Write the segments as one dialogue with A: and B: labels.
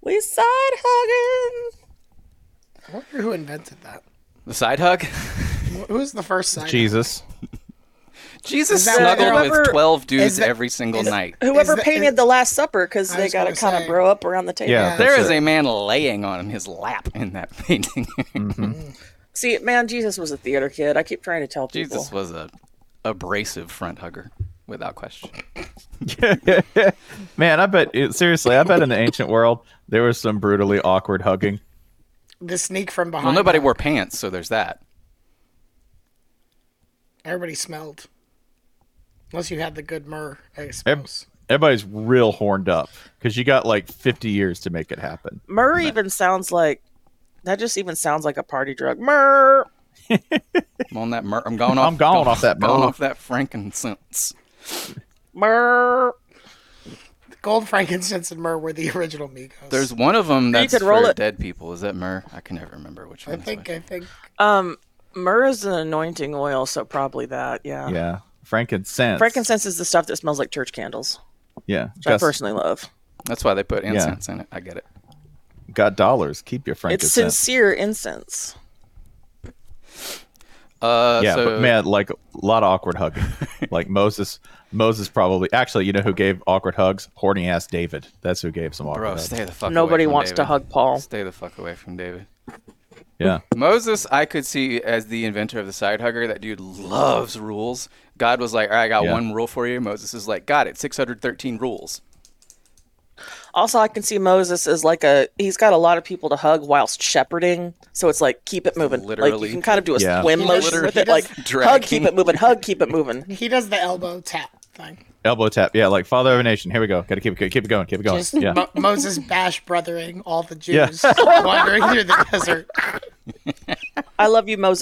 A: We side hugging.
B: I wonder who invented that.
C: The side hug?
B: Wh- Who was the first sign?
D: Jesus.
C: Jesus
B: Is that
C: snuggled
B: what-
C: with
A: Whoever-
C: 12 dudes
B: is that-
C: every single
B: is-
C: night.
A: Whoever
B: that-
A: painted
B: is-
A: the Last Supper, because
B: I
A: they
B: was
A: got to
B: gonna
A: kind
B: say-
A: of bro up around the table.
D: Yeah.
C: There
D: that's
C: is
D: it.
C: a man laying on his lap in that painting.
A: See, man, Jesus was a theater kid. I keep trying to tell people.
C: Jesus was a abrasive front hugger, without question.
D: Man, I bet it, seriously, I bet in the ancient world there was some brutally awkward hugging.
B: The sneak from behind.
C: Well, nobody wore pants, so there's that.
B: Everybody smelled. Unless you had the good myrrh, I
D: Ev-
B: suppose.
D: Everybody's real horned up because you got like 50 years to make it happen.
A: Murray even sounds like that. Just even sounds like a party drug. Murr.
C: I'm on that. Mur- I'm going off.
D: I'm going off that
C: Going
D: myrrh.
C: off that frankincense.
A: Murr.
B: Gold, frankincense, and myrrh were the original Migos.
C: There's one of them that's
A: could roll
C: for
A: it.
C: dead people. Is that myrrh? I can never remember which
B: I
C: one.
B: think. I think.
A: Um, myrrh is an anointing oil, so probably that. Yeah.
D: Yeah. Frankincense.
A: Uh-huh. Frankincense is the stuff that smells like church candles,
D: Yeah.
A: which I
D: Got,
A: personally love.
C: That's why they put incense in it. I get it.
D: got dollars. Keep your
A: It's
D: frankincense.
A: sincere incense.
C: Uh,
D: yeah,
C: so
D: but man, like a lot of awkward hugging. like Moses, Moses probably actually, you know who gave awkward hugs? Horny ass David. That's who gave some awkward
C: bro,
D: hugs.
C: stay the fuck.
A: Nobody
C: away from
A: wants to
C: David.
A: hug Paul.
C: Stay the fuck away from David.
D: Yeah,
C: Moses, I could see as the inventor of the side hugger. That dude loves rules. God was like, "All right, I got
D: Yeah.
C: one rule for you." Moses is like, "Got it, 613 rules."
A: Also, I can see Moses is like a he's got a lot of people to hug whilst shepherding, so it's like keep it moving. like
C: Literally.
A: you can kind of do a
D: Yeah.
A: swim
B: He
A: motion
B: does-
A: with
B: he
A: it,
B: does
A: like hug, keep
C: dragging.
A: it moving, hug, keep it moving.
B: He does the elbow tap thing.
D: elbow tap. Yeah, like Father of a Nation. Here we go. Got to keep it, keep it going.
C: Oh,
D: Keep it going.
B: Just
D: yeah,
B: Mo- Moses bash brothering all the
D: Yeah.
B: Jews wandering through the desert.
A: I love you, Mose.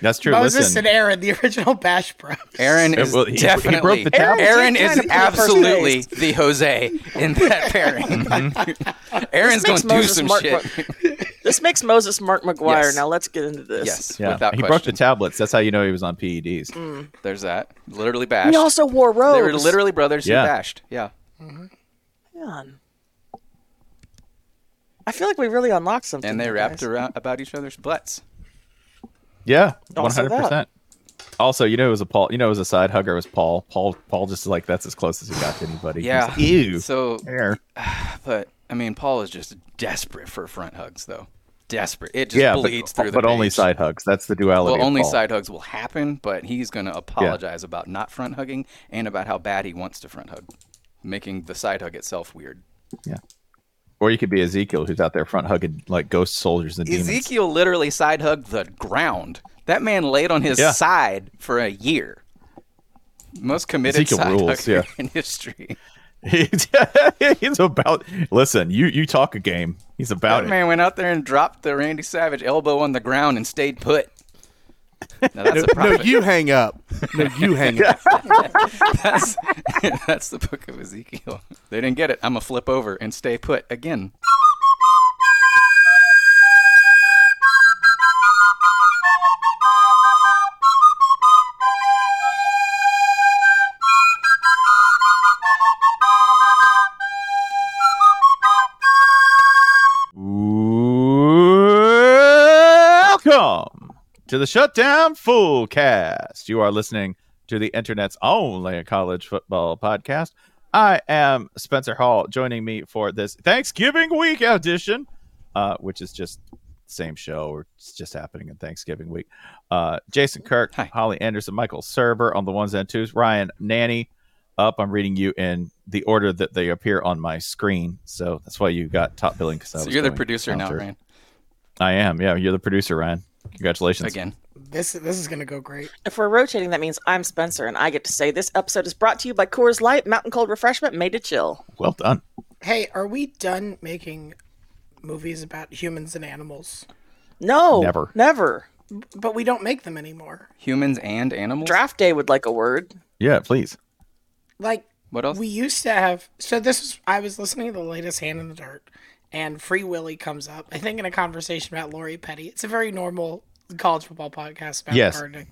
D: that's true.
B: Moses
D: Listen,
B: and Aaron, the original bash bros.
C: Aaron
D: Yeah,
C: is
D: well, he- he
C: definitely
D: broke the tab.
C: Aaron
A: Aaron's
C: is
A: kinda pretty
C: absolutely the Jose in that pairing. Aaron's going
A: makes
C: to do
A: Moses
C: some
A: Mark
C: shit.
A: This makes Moses Mark McGuire.
C: Yes.
A: Now let's get into this.
C: Yes,
D: yeah,
C: without
D: he broke the
C: question.
D: tablets. That's how you know he was on E PEDs.
C: There's that. Literally bashed.
A: He also wore robes.
C: they were literally brothers
D: Yeah.
C: who bashed. Yeah.
A: Man. I feel like we really unlocked something.
C: And they
A: here,
C: rapped
A: guys.
C: around about each other's butts.
D: Yeah, one
A: Also
D: hundred percent. Also, you know, it was a Paul. You know, it was a side hugger. It was Paul. Paul. Paul just like that's as close as he got to anybody. He
C: Yeah.
D: was, Ew.
C: So,
D: There.
C: but I mean, Paul is just desperate for front hugs, though. Desperate. It just
D: Yeah, but,
C: bleeds through the
D: but only
C: page.
D: side hugs. That's the duality.
C: Well,
D: of
C: only
D: Paul.
C: side hugs will happen, but he's going to apologize about not front hugging and about how bad he wants to front hug, making the side hug itself weird.
D: Yeah. Or you could be Ezekiel, who's out there front hugging like ghost soldiers and demons.
C: Ezekiel literally side hugged the ground. That man laid on his
D: Yeah.
C: side for a year. Most committed
D: Ezekiel
C: side
D: rules,
C: hugger
D: yeah.
C: in history.
D: He's, he's about. Listen, you you talk a game. He's about
C: That
D: it.
C: man went out there and dropped the Randy Savage elbow on the ground and stayed put. Now that's a
E: No,
C: prophet.
E: you hang up. No, you hang up.
C: that's, that's the book of Ezekiel. They didn't get it. I'm going to flip over and stay put again.
D: Welcome to the Shutdown Full Cast. You are listening to the internet's only college football podcast. I am Spencer Hall. Joining me for this Thanksgiving week edition, uh, which is just same show or it's just happening in Thanksgiving week. Uh, Jason Kirk,
C: Hi.
D: Holly Anderson, Michael Server on the ones and twos, Ryan Nanny up. I'm reading you in the order that they appear on my screen, so that's why you got top billing. Because
C: So you're the producer now, Ryan.
D: I am. Yeah, you're the producer, Ryan. Congratulations.
C: Again.
B: This this is gonna go great.
A: If we're rotating, that means I'm Spencer, and I get to say this episode is brought to you by Coors Light Mountain Cold Refreshment made to chill.
D: Well done.
B: Hey, are we done making movies about humans and animals?
A: No,
D: Never.
A: never.
B: But we don't make them anymore.
C: Humans and animals?
A: Draft day would like a word.
D: Yeah, please.
B: Like
C: What else?
B: we used to have. So this is. I was listening to the latest Hand in the Dirt, and Free Willy comes up. I think in a conversation about Lori Petty. It's a very normal college football podcast about
D: Yes.
B: gardening.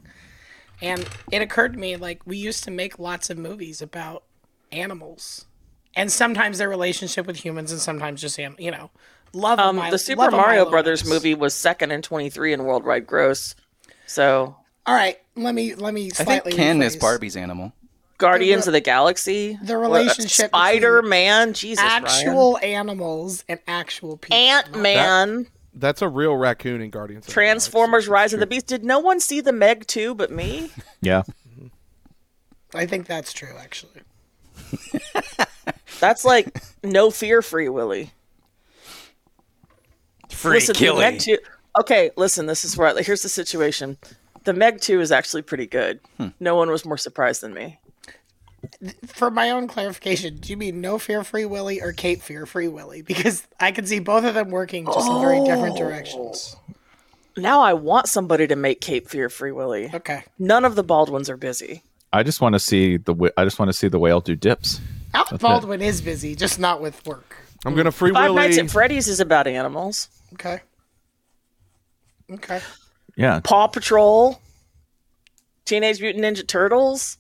B: And it occurred to me, like we used to make lots of movies about animals, and sometimes their relationship with humans, and sometimes just am you know, love. of
A: Um,
B: my-
A: the Super
B: love of my
A: Mario
B: little
A: Brothers
B: mess.
A: movie was second in 23 in worldwide gross. So
B: All right, let me let me.
C: I think
B: Slightly
C: Ken is
B: rephrase.
C: Barbie's animal.
A: Guardians of the Galaxy,
B: the relationship
A: Spider Man, Jesus,
B: Actual animals and actual people.
A: Ant Man,
E: That's a real raccoon in Guardians. of the
A: Transformers:
E: Galaxy.
A: Rise of the Beast. Did no one see the Meg 2 but me?
D: Yeah.
B: I think that's true, actually.
A: That's like no fear, Free Willy.
C: Free
A: listen, the Meg 2. Okay, listen. This is where here's the situation. The Meg 2 is actually pretty good. No one was more surprised than me.
B: For my own clarification, do you mean No Fear Free Willy or Cape Fear Free Willy? Because I can see both of them working just in very different directions.
A: Now I want somebody to make Cape Fear Free Willy.
B: Okay.
A: None of the Baldwins are busy.
D: I just want to see the wh- I just want to see the whale do dips.
B: Alec Baldwin is busy, just not with work.
E: I'm gonna free
A: Five
E: Willy.
A: Nights at Freddy's is about animals.
B: Okay. Okay.
D: Yeah.
A: Paw Patrol, Teenage Mutant Ninja Turtles,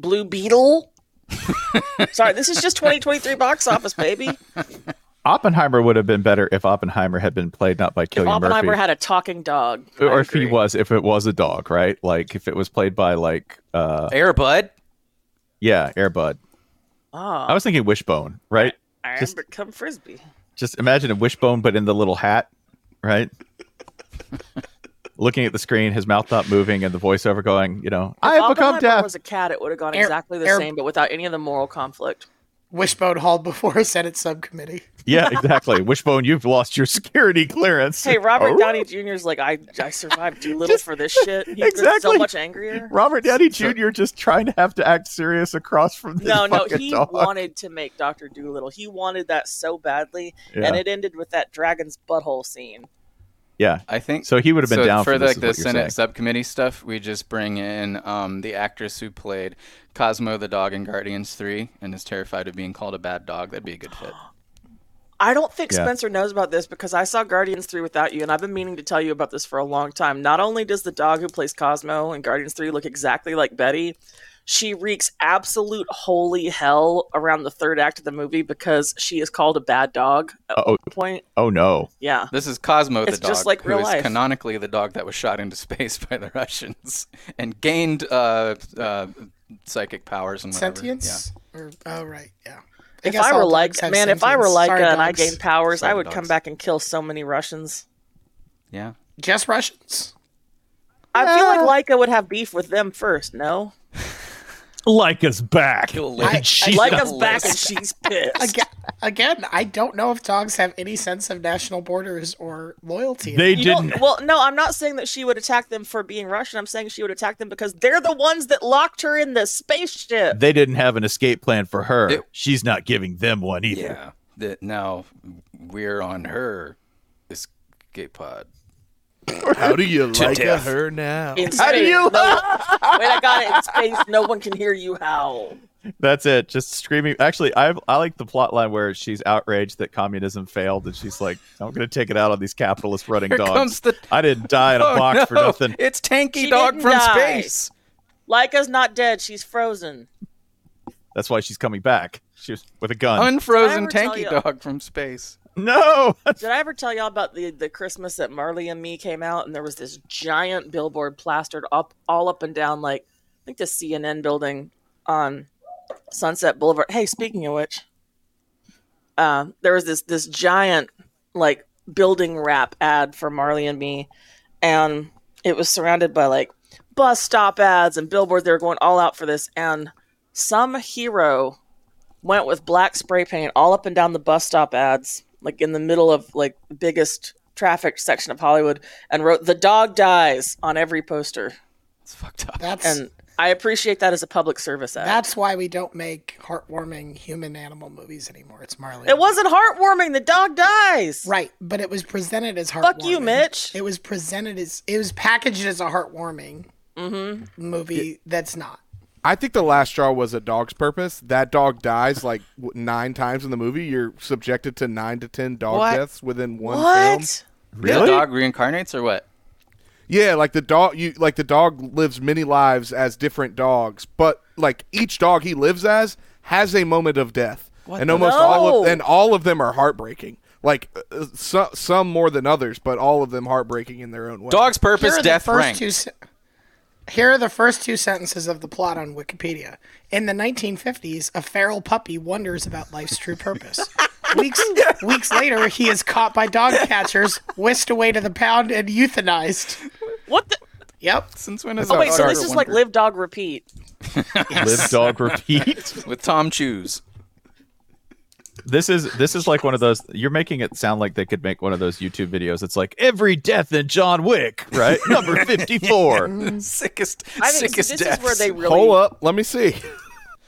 A: Blue Beetle. Sorry, this is just 2023 box office, baby.
D: Oppenheimer would have been better if Oppenheimer had been played not by Killian
A: Oppenheimer
D: Murphy.
A: had a talking dog. I
D: or if he
A: agree.
D: was if it was a dog, right? Like if it was played by like uh
C: Airbud.
D: yeah, Airbud.
A: Ah,
D: I was thinking Wishbone, right?
A: I
D: just-
A: become Frisbee.
D: Just imagine a wishbone, but in the little hat, right? Looking at the screen, his mouth not moving, and the voiceover going, you know, I have become
A: Oppenheimer
D: deaf.
A: was a cat, it would have gone
B: Air-
A: exactly the
B: air-
A: same, but without any of the moral conflict.
B: Wishbone Hall before Senate subcommittee.
D: yeah, exactly. wishbone, you've lost your security clearance.
A: Hey, Robert
D: Oh.
A: Downey Jr.'s like, I, I survived too little for this shit. He's so
D: Exactly.
A: much angrier.
D: Robert Downey Jr. just trying to have to act serious across from this
A: No, no,
D: fucking
A: he
D: dog.
A: wanted to make Doctor Doolittle. He wanted that so badly,
D: Yeah.
A: and it ended with that dragon's butthole scene.
D: yeah,
C: I think
D: so he would have been
C: so
D: down for,
C: for like
D: this, is
C: the
D: what you're
C: Senate
D: saying.
C: subcommittee stuff. We just bring in um, the actress who played Cosmo the dog in Guardians Three and is terrified of being called a bad dog. That'd be a good fit.
A: I don't think
D: Yeah.
A: Spencer knows about this because I saw Guardians 3 without you, and I've been meaning to tell you about this for a long time. Not only does the dog who plays Cosmo in Guardians 3 look exactly like Betty, she reeks absolute holy hell around the third act of the movie because she is called a bad dog at
D: Uh-oh.
A: one point.
D: Oh no.
A: Yeah.
C: This is Cosmo
A: It's
C: the dog,
A: just like
C: who
A: real
C: is
A: life.
C: canonically the dog that was shot into space by the Russians and gained uh, uh, psychic powers and whatever.
B: Sentience? Or, oh, right. Yeah.
A: If
B: guess
A: I
B: all
A: were
B: dogs
A: like,
B: have
A: man, if I were
B: sentience.
A: like
B: Sorry,
A: and I
B: dogs.
A: gained powers,
C: Sorry,
A: I would come
C: dogs.
A: back and kill so many Russians.
C: Yeah,
B: Just Russians?
A: I feel like Leica would have beef with them first, no?
D: Like us back.
C: Kill
B: I-
C: Lynch.
B: I-
A: Like
B: Yeah.
A: us back and she's pissed.
B: Aga- Again, I don't know if dogs have any sense of national borders or loyalty.
D: They
A: You
D: didn't
A: don't, well, no, I'm not saying that she would attack them for being Russian. I'm saying she would attack them because they're the ones that locked her in the spaceship.
D: they didn't have an escape plan for her.
C: It-
D: She's not giving them one either.
C: yeah. That now we're on her escape pod.
E: How do you like
C: death.
E: her now?
A: In
D: How do
A: space. No,
D: you-
A: wait, I got it. In space, no one can hear you howl.
D: That's it. Just screaming. Actually, I I like the plot line where she's outraged that communism failed and she's like, I'm gonna take it out on these capitalist running
C: Here
D: dogs.
C: comes the
D: I didn't die in a
C: Oh,
D: box for
C: no,
D: nothing.
C: It's Tanky
A: She
C: Dog
A: didn't
C: from
A: die.
C: space.
A: Leica's not dead. She's frozen.
D: That's why she's coming back. She was with a
B: Um,
D: gun.
C: Unfrozen
A: Did I ever
C: Tanky
A: tell ya-
C: Dog from space.
D: no.
A: Did I ever tell y'all about the, the Christmas that Marley and Me came out and there was this giant billboard plastered up all up and down like I think the CNN building on Sunset Boulevard. Hey, speaking of which, uh, there was this this giant like building wrap ad for Marley and Me, and it was surrounded by like bus stop ads and billboards. They were going all out for this, and some hero went with black spray paint all up and down the bus stop ads, like in the middle of like the biggest traffic section of Hollywood, and wrote "The dog dies" on every poster.
C: It's fucked up.
B: That's
A: And I appreciate that as a public service ad.
B: that's why we don't make heartwarming human animal movies anymore. It's Marley.
A: It wasn't heartwarming. The dog dies.
B: right, but it was presented as heartwarming.
A: Fuck you, Mitch.
B: It was presented as it was packaged as a heartwarming
A: Mm-hmm.
B: movie. that's not.
E: I think the last straw was a dog's purpose. That dog dies like w- nine times in the movie. You're subjected to nine to ten dog
C: What?
E: deaths within one film.
A: What?
C: The dog reincarnates or what?
E: Yeah, like the dog, you like the dog lives many lives as different dogs, but like each dog he lives as has a moment of death,
C: What
E: and
C: the-
E: almost all
A: No.
E: of and all of them are heartbreaking. Like uh, so, some more than others, but all of them heartbreaking in their own way.
C: Dog's purpose,
B: Here are the
C: death
B: first
C: rank.
B: two se- Here are the first two sentences of the plot on Wikipedia. In the 1950s, a feral puppy wonders about life's true purpose. weeks weeks later, he is caught by dog catchers, whisked away to the pound, and euthanized.
A: What the?
B: Yep.
C: Since when is
A: Oh,
C: that
A: wait, so
C: dog
A: this
C: a
A: is like
C: wonder?
A: live, dog, repeat.
D: Live dog repeat.
C: with Tom Chews.
D: This is this is like one of those. You're making it sound like they could make one of those YouTube videos. It's like every death in John Wick, right? Number fifty-four.
C: sickest,
A: Mm-hmm. I think
C: sickest
A: this
C: deaths.
A: is where they really
E: Hold up, let me see.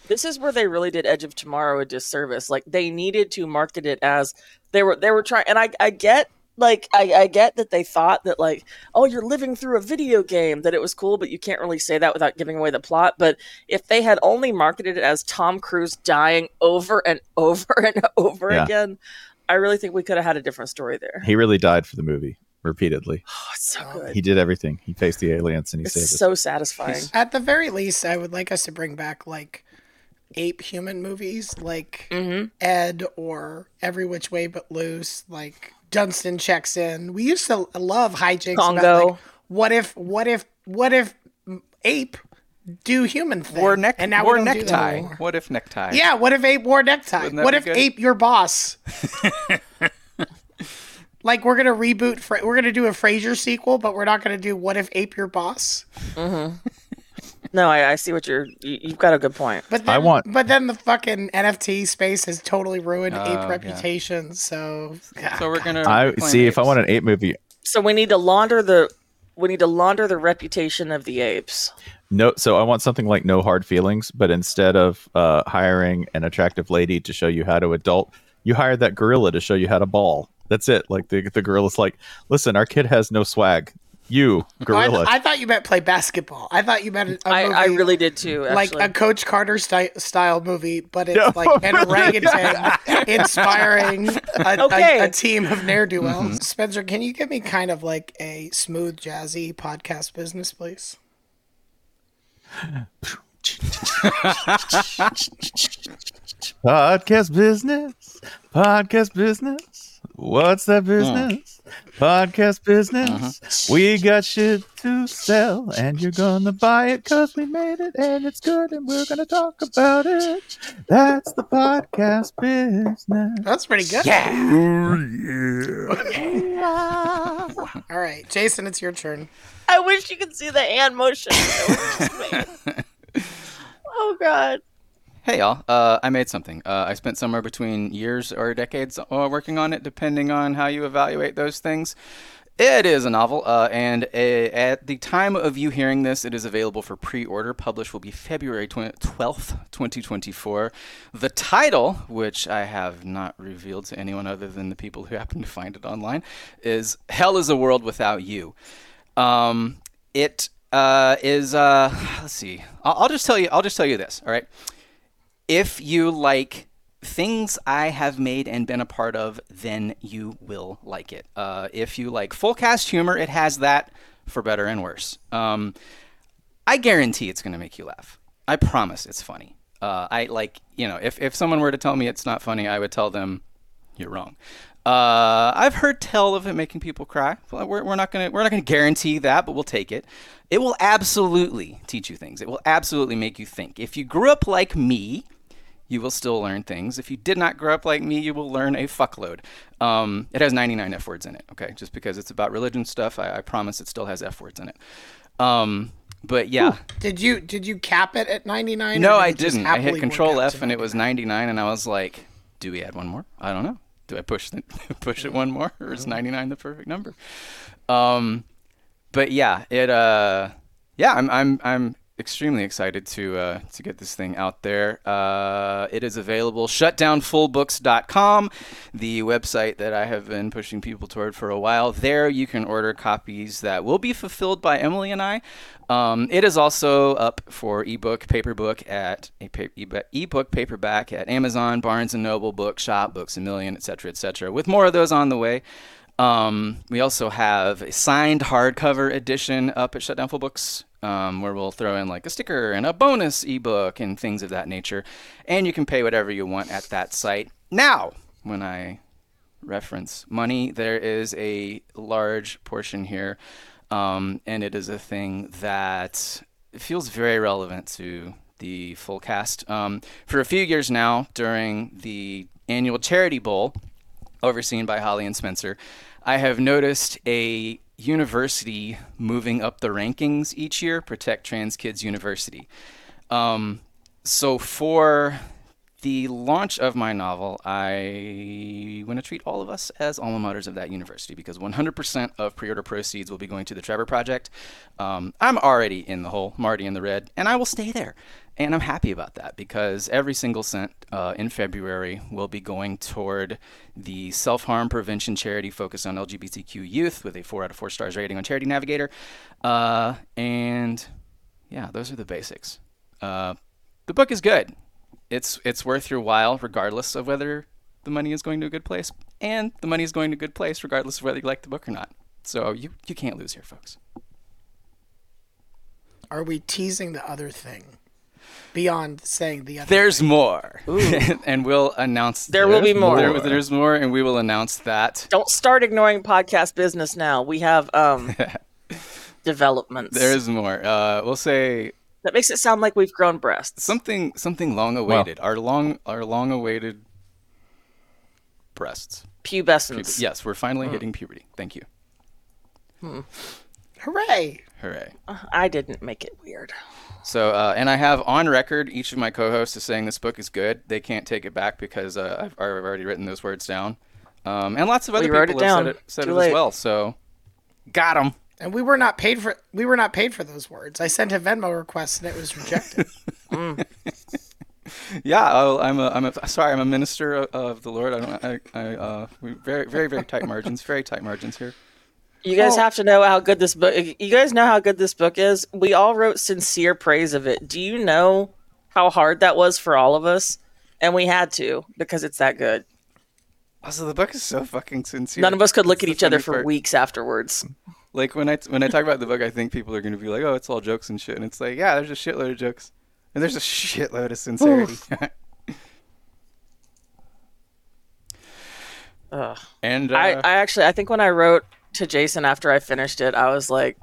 A: this is where they really did Edge of Tomorrow a disservice. Like they needed to market it as they were they were trying and I I get like I, I get that they thought that like oh you're living through a video game that it was cool but you can't really say that without giving away the plot but if they had only marketed it as tom cruise dying over and over and over
D: Yeah.
A: again i really think we could have had a different story there
D: he really died for the movie repeatedly.
A: oh it's so good
D: He did everything. He faced the aliens and he
A: it's
D: saved us.
A: so satisfying
B: At the very least, I would like us to bring back like ape human movies like
A: Mhm.
B: Ed or Every Which Way But Loose, like Dunstan Checks In. We used to love hijinks about
A: Congo.
B: like, what if, what if, what if ape do human thing?
C: wore neck,
B: and now we
C: wore
B: don't do that
C: necktie.
B: anymore.
C: What if necktie?
B: Yeah, what if ape wore necktie?
C: Wouldn't that
B: What
C: be
B: if
C: good?
B: ape your boss? like we're gonna reboot. Fra- we're gonna do a Frasier sequel, but we're not gonna do what if ape your boss.
A: no I, I see what you're you, you've got a good point
B: But then,
D: I want-
B: But then the fucking NFT space has totally ruined
A: Oh,
C: yeah.
B: ape reputation. So,
C: So we're gonna.
D: I
C: reclaim
D: see. If I
C: apes.
D: want an ape movie,
A: so we need to launder the we need to launder the reputation of the apes
D: no. So I want something like No Hard Feelings, but instead of uh, hiring an attractive lady to show you how to adult, you hired that gorilla to show you how to ball. That's it. Like the the gorilla's like, listen, our kid has no swag. You
B: Oh, I,
D: gorilla.
B: I thought you meant play basketball. I thought you meant a
A: I, I
B: movie
A: really did too.
B: like
A: Actually.
B: a Coach Carter sty- style movie, but it's
D: No,
B: like an
D: really.
B: orangutan inspiring a,
A: Okay.
B: a, a team of ne'er do wells.
D: Mm-hmm.
B: Spencer, can you give me kind of like a smooth, jazzy podcast business, please?
D: Podcast business. Podcast business. What's that business? Podcast business. We got shit to sell, and you're gonna buy it because we made it and it's good, and we're gonna talk about it. That's the podcast business.
B: That's pretty good. Yeah.
D: Oh,
B: All right, Jason, it's your turn.
A: I wish you could see the hand motion. that was just made. oh god.
C: Hey y'all, uh, I made something. Uh, I spent somewhere between years or decades uh, working on it, depending on how you evaluate those things. It is a novel, uh, and a, at the time of you hearing this, it is available for pre-order. Published will be February twelfth, twenty twenty-four. The title, which I have not revealed to anyone other than the people who happen to find it online, is "Hell Is a World Without You." Um, it uh, is. Uh, let's see. I'll, I'll just tell you. I'll just tell you this. All right if you like things I have made and been a part of, then you will like it. Uh, if you like full cast humor, it has that for better and worse. Um, I guarantee it's going to make you laugh. I promise it's funny. Uh, I like, you know, if, if someone were to tell me it's not funny, I would tell them, you're wrong. Uh, I've heard tell of it making people cry. Well, We're, we're not gonna we're not gonna guarantee that, but we'll take it. It will absolutely teach you things. It will absolutely make you think. If you grew up like me, you will still learn things. If you did not grow up like me, you will learn a fuckload. Um, it has 99 F words in it, okay? Just because it's about religion stuff, I, I promise it still has F words in it. Um, but yeah.
B: Did you did you cap it at ninety nine?
C: No, I didn't. I hit Control F and it was 99, and I was like, "Do we add one more? I don't know. Do I push the, push it one more, or is 99 the perfect number?" Um, but yeah, it uh, yeah, I'm I'm I'm extremely excited to uh, to get this thing out there. Uh, it is available shutdownfullbooks.com, the website that I have been pushing people toward for a while. There you can order copies that will be fulfilled by Emily and I. Um, it is also up for ebook, paperbook at a pa- eb- ebook paperback at Amazon, Barnes and Noble, Bookshop, Books a Million, etc., etc. With more of those on the way. Um, we also have a signed hardcover edition up at Shutdown Full Books um, where we'll throw in like a sticker and a bonus ebook and things of that nature. And you can pay whatever you want at that site. Now, when I reference money, there is a large portion here, um, and it is a thing that feels very relevant to the full cast. Um, for a few years now, during the annual Charity Bowl, overseen by Holly and Spencer, I have noticed a university moving up the rankings each year, Protect Trans Kids University. Um, so for the launch of my novel, I want to treat all of us as alma maters of that university because 100% of pre order proceeds will be going to the Trevor Project. Um, I'm already in the hole, Marty in the red, and I will stay there. And I'm happy about that because every single cent uh, in February will be going toward the self harm prevention charity focused on LGBTQ youth with a 4 out of 4 stars rating on Charity Navigator. Uh, and yeah, those are the basics. Uh, the book is good it's it's worth your while regardless of whether the money is going to a good place and the money is going to a good place regardless of whether you like the book or not so you you can't lose here folks
B: Are we teasing the other thing beyond saying the other?
C: there's more and we'll announce
A: There will be
C: there's
A: more.
C: There- there's more and we will announce that
A: Don't start ignoring podcast business now. We have um developments.
C: there's more uh, we'll say
A: that makes it sound like we've grown breasts.
C: something something long awaited our long our long awaited breasts
A: pubescence.
C: yes we're
A: Mm.
C: finally hitting puberty thank you
B: Hooray!
C: hooray
A: I didn't make it weird.
C: So, uh, and I have on record each of my co-hosts is saying this book is good. They can't take it back because uh, I've, I've already written those words down, um, and lots of other
A: you wrote
C: people
A: it
C: have
A: down.
C: said it, said
A: Too
C: it as
A: late.
C: well. So, got them.
B: And we were not paid for we were not paid for those words. I sent a Venmo request and it was rejected.
C: Yeah, I'll, I'm a, I'm a, sorry, I'm a minister of, of the Lord. I don't, I, I uh, we very, very, very tight margins, very tight margins here.
A: You guys have to know how good this book. You guys know how good this book is. We all wrote sincere praise of it. Do you know how hard that was for all of us? And we had to because it's that good.
C: Also, the book is so fucking sincere.
A: None of us could look at
C: the
A: each other
C: funny
A: for
C: part.
A: weeks afterwards.
C: Like when I, when I talk about the book, I think people are gonna be like, oh, it's all jokes and shit, and it's like, yeah, there's a shitload of jokes, and there's a shitload of sincerity.
A: Ugh.
C: and uh,
A: I, I actually, I think when I wrote to Jason after I finished it, I was like,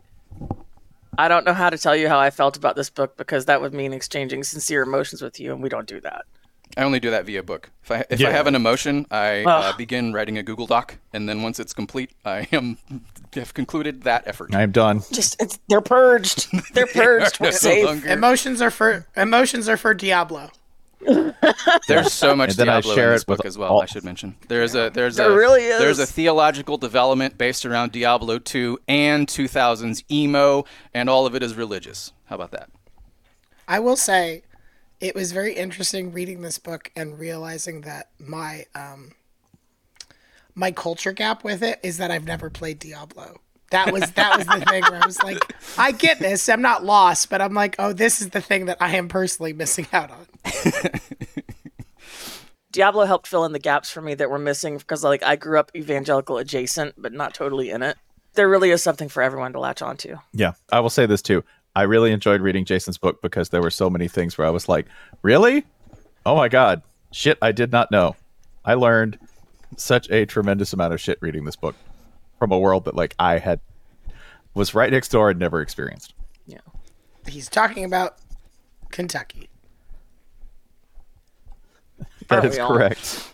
A: I don't know how to tell you how I felt about this book because that would mean exchanging sincere emotions with you, and we don't do that.
C: I only do that via book. If I if I
D: Yeah.
C: have an emotion, I uh,
A: Ugh.
C: begin writing a Google Doc, and then once it's complete, I am have concluded that effort.
D: I'm done.
A: Just it's, they're purged. They're purged. We're
C: No
A: safe.
C: longer-
B: emotions are for emotions are for Diablo.
C: There's so much
D: And then I
C: Diablo
D: share
C: in this
D: it with
C: book as well.
D: all-
C: I should mention there's a there's
A: There
C: a
A: really
C: there's a
A: is.
C: theological development based around Diablo 2 and 2000s emo, and all of it is religious. How about that?
B: I will say it was very interesting reading this book and realizing that my um my culture gap with it is that I've never played Diablo. That was that was the thing where I was like, I get this, I'm not lost, but I'm like, oh, this is the thing that I am personally missing out on.
A: Diablo helped fill in the gaps for me that were missing because like I grew up evangelical adjacent but not totally in it. There really is something for everyone to latch onto.
D: Yeah, I will say this too. I really enjoyed reading Jason's book because there were so many things where I was like, "Really? Oh my god, shit! I did not know. I learned such a tremendous amount of shit reading this book from a world that like I had was right next door and never experienced."
A: Yeah.
B: He's talking about Kentucky.
D: That
A: Aren't
D: is
A: we all?
D: correct.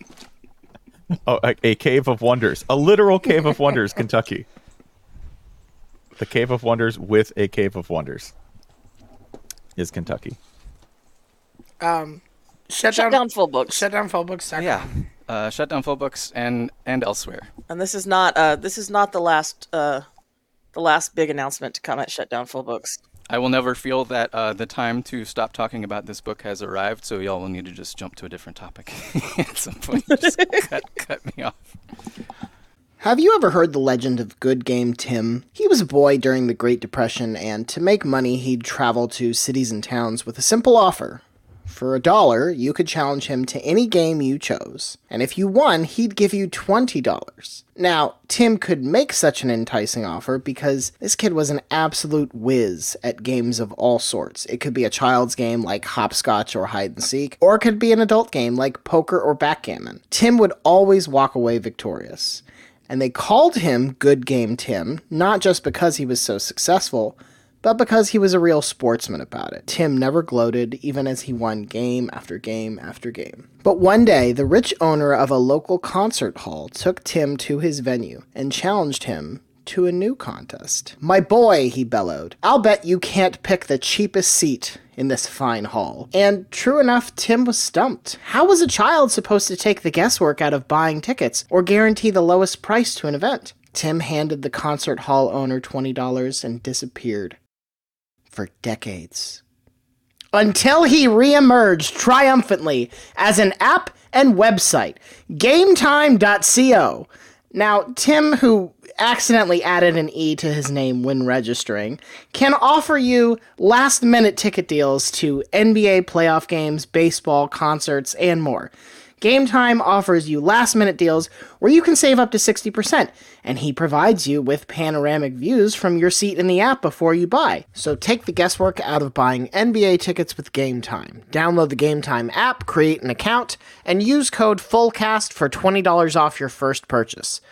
D: oh, a, a cave of wonders, a literal cave of wonders, Kentucky. The cave of wonders with a cave of wonders is Kentucky.
B: Shut,
A: Um, Shut down full books.
B: Shut down full books.
C: Yeah. Uh, shut down full books and and elsewhere.
A: and this is not uh this is not the last uh the last big announcement to come at Shutdown Full Books.
C: I will never feel that uh, the time to stop talking about this book has arrived, so y'all will need to just jump to a different topic at some point. Just cut, cut me off.
F: Have you ever heard the legend of Good Game Tim? He was a boy during the Great Depression, and to make money, he'd travel to cities and towns with a simple offer
B: For a dollar, you could challenge him to any game you chose, and if you won, he'd give you $20. Now, Tim could make such an enticing offer because this kid was an absolute whiz at games of all sorts. It could be a child's game like hopscotch or hide and seek, or it could be an adult game like poker or backgammon. Tim would always walk away victorious. And they called him Good Game Tim, not just because he was so successful, but because he was a real sportsman about it. Tim never gloated, even as he won game after game after game. But one day, the rich owner of a local concert hall took Tim to his venue and challenged him to a new contest. My boy, he bellowed, I'll bet you can't pick the cheapest seat in this fine hall. And true enough, Tim was stumped. How was a child supposed to take the guesswork out of buying tickets or guarantee the lowest price to an event? Tim handed the concert hall owner $20 and disappeared for decades. Until he reemerged triumphantly as an app and website, gametime.co. Now, Tim, who accidentally added an E to his name when registering, can offer you last minute ticket deals to NBA playoff games, baseball, concerts, and more. Game Time offers you last minute deals where you can save up to 60%, and he provides you with panoramic views from your seat in the app before you buy. So take the guesswork out of buying NBA tickets with Game Time. Download the Game Time app, create an account, and use code FULLCAST for $20 off your first purchase.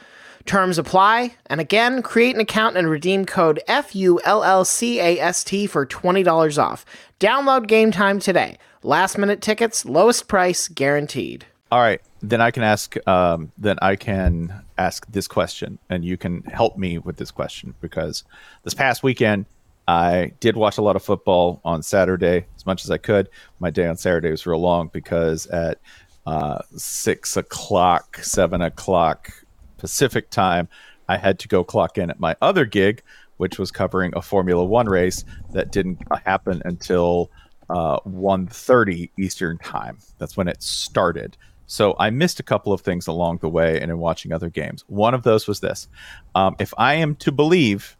B: Terms apply, and again, create an account and redeem code FULLCAST for $20 off. Download Game Time today. Last minute tickets, lowest price guaranteed.
D: All right, then I can ask. Um, then I can ask this question, and you can help me with this question because this past weekend I did watch a lot of football on Saturday as much as I could. My day on Saturday was real long because at uh, six o'clock, seven o'clock Pacific time, I had to go clock in at my other gig, which was covering a Formula One race that didn't happen until uh, 1.30 Eastern time. That's when it started. So I missed a couple of things along the way and in watching other games. One of those was this. Um, if I am to believe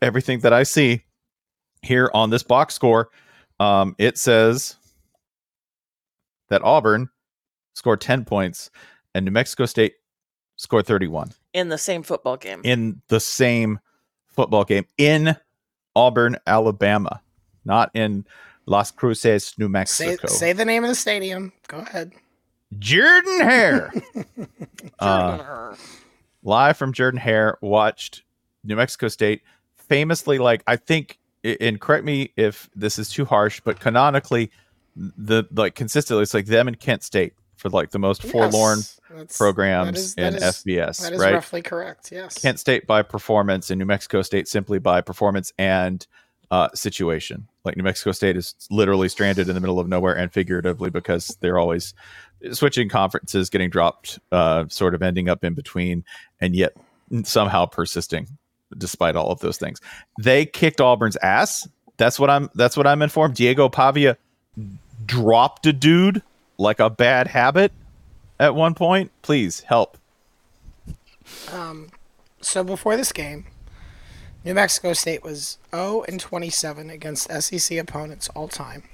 D: everything that I see here on this box score, um, it says that Auburn scored 10 points and New Mexico State scored 31
A: in the same football game.
D: in the same football game in Auburn, Alabama, not in Las Cruces, New
G: Say,
D: Mexico.
G: say the name of the stadium. Go ahead.
D: Jordan Hare. Uh, live from Jordan Hare, watched New Mexico State famously, like, I think, a- and correct me if this is too harsh, but canonically, the like consistently, it's like them and Kent State for like the most forlorn
G: Yes, that's-
D: programs
G: that is- that
D: in
G: is-
D: FBS,
G: That is
D: right?
G: roughly correct. Yes.
D: Kent State by performance and New Mexico State simply by performance and uh, situation. Like New Mexico State is literally stranded in the middle of nowhere and figuratively because they're always switching conferences, getting dropped, uh, sort of ending up in between, and yet somehow persisting despite all of those things. They kicked Auburn's ass. That's what I'm. That's what I'm informed. Diego Pavia dropped a dude like a bad habit at one point. Please help.
G: So before this game, New Mexico State was 0 and 27 against SEC opponents all time.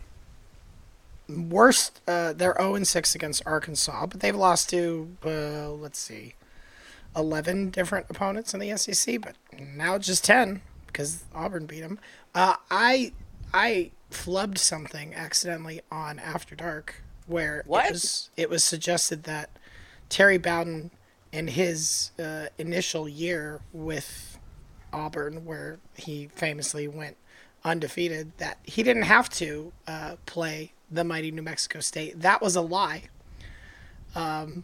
G: Worst, uh, they're 0 and 6 against Arkansas, but they've lost to uh, let's see, 11 different opponents in the SEC, but now just 10 because Auburn beat them. Uh, I I flubbed something accidentally on After Dark where
A: What?
G: it was it was suggested that Terry Bowden in his uh, initial year with Auburn, where he famously went undefeated, that he didn't have to uh, play the mighty New Mexico State. That was a lie. Um,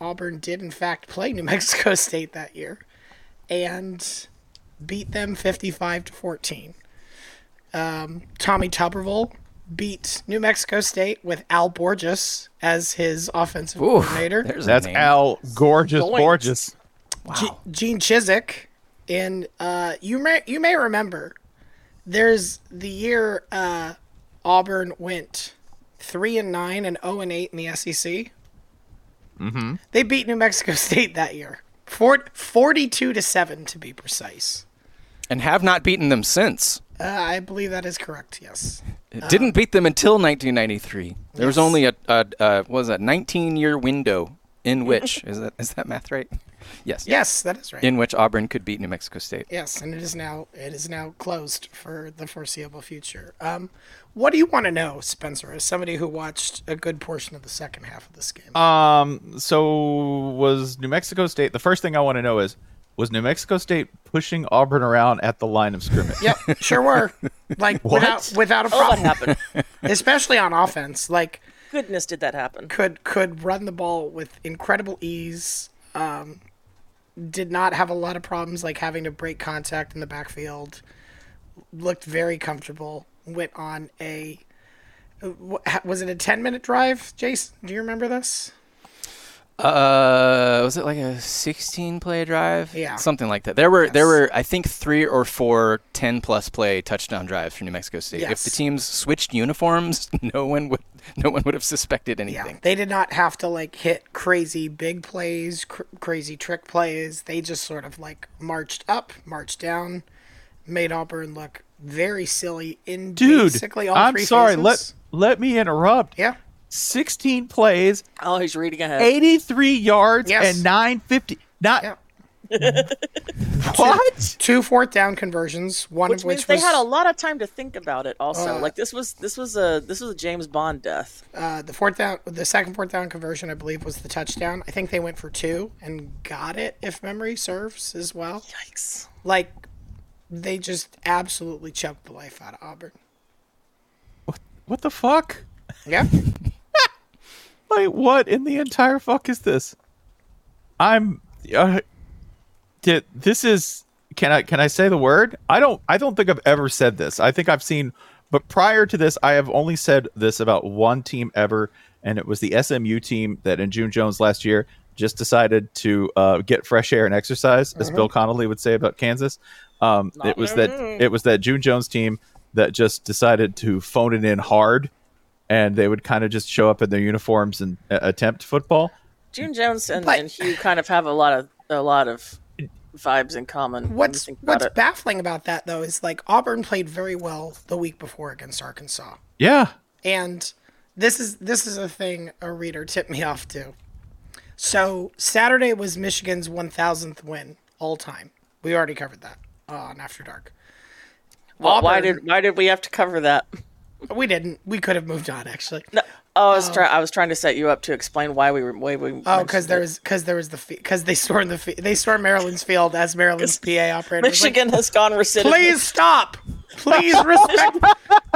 G: Auburn did, in fact, play New Mexico State that year and beat them 55 to 14. Um, Tommy Tuberville beat New Mexico State with Al Borges as his offensive coordinator.
C: There's
D: That's
C: a name.
D: Al Gorgeous
A: Zoinks.
D: Borges.
G: G- Gene Chizik, and uh, you may you may remember, there's the year uh, Auburn went three and nine and
B: oh
G: zero and eight in the
B: E
G: SEC. Mm-hmm. They beat New Mexico State that year, Fort forty-two to seven to be precise.
C: and have not beaten them since.
B: Uh, I believe that is correct. Yes.
C: It didn't beat them until 1993. There was only a, a, a what was that 19 year window in which is that is that math right? Yes.
B: Yes, that is right.
C: In which Auburn could beat New Mexico State.
B: Yes, and it is now it is now closed for the foreseeable future. Um, what do you want to know, Spencer, as somebody who watched a good portion of the second half of this game?
D: Um, so was New Mexico State. The first thing I want to know is was New Mexico State pushing Auburn around at the line of scrimmage?
B: yep, sure were. Like without without a
A: Oh, that
B: problem,
A: happened.
B: especially on offense. Like
A: Goodness, did that happen?
B: could could run the ball with incredible ease. Um, did not have a lot of problems like having to break contact in the backfield. Looked very comfortable. Went on a wh- ha- was it a ten minute drive, Jason? Do you remember this?
C: Uh, was it like a 16 play drive?
B: Yeah.
C: Something like that. There were there
B: Yes.
C: were I think three or four 10 plus play touchdown drives for New Mexico State. If
B: Yes.
C: the teams switched uniforms, no one would no one would have suspected anything.
B: They did not have to like hit crazy big plays, cr- crazy trick plays. They just sort of like marched up, marched down, made Auburn look very silly in
D: Dude,
B: basically all
D: I'm
B: three
D: sorry.
B: phases.
D: Let let me interrupt.
B: yeah.
D: 16 plays,
A: Oh, he's reading ahead.
D: 83 yards,
B: Yes.
D: and 950. Not
B: Yeah.
D: what?
B: two fourth down conversions, one
A: which, Uh,
B: of which
A: means they
B: was
A: had a lot of time to think about it. Also, like this was this was a this was a James Bond death.
B: uh, the fourth down, the second fourth down conversion, I believe, was the touchdown. I think they went for two and got it, if memory serves as well.
A: Yikes!
B: Like they just absolutely choked the life out of Auburn.
D: What the fuck?
B: Yeah,
D: Like, what in the entire fuck is this? I'm. Uh, did, this is. Can I can I say the word? I don't. I don't think I've ever said this. I think I've seen, but prior to this, I have only said this about one team ever, and it was the SMU team that in June Jones last year just decided to uh, get fresh air and exercise, as Bill Connolly would say about Kansas. Um, it was that it was that June Jones team that just decided to phone it in hard and they would kind of just show up in their uniforms and uh, attempt football.
A: June Jones and,
B: But-
A: and Hugh kind of have a lot of a lot of vibes in common. when you
B: what's
A: think about
B: what's
A: it.
B: baffling about that though is like Auburn played very well the week before against Arkansas,
D: Yeah.
B: and this is this is a thing a reader tipped me off to. So Saturday was Michigan's 1000th win all time. We already covered that on After Dark.
A: Why- why
B: Auburn-
A: did why did we have to cover that?
B: We didn't. We could have moved on actually.
A: Oh, I was trying. I was trying to set you up to explain why we were. Why we
B: Oh, because there was because there was the because they stormed the fi- they stormed Maryland's field as Maryland's PA operator. was like,
A: Michigan has gone recidivism.
B: Please stop. Please respect.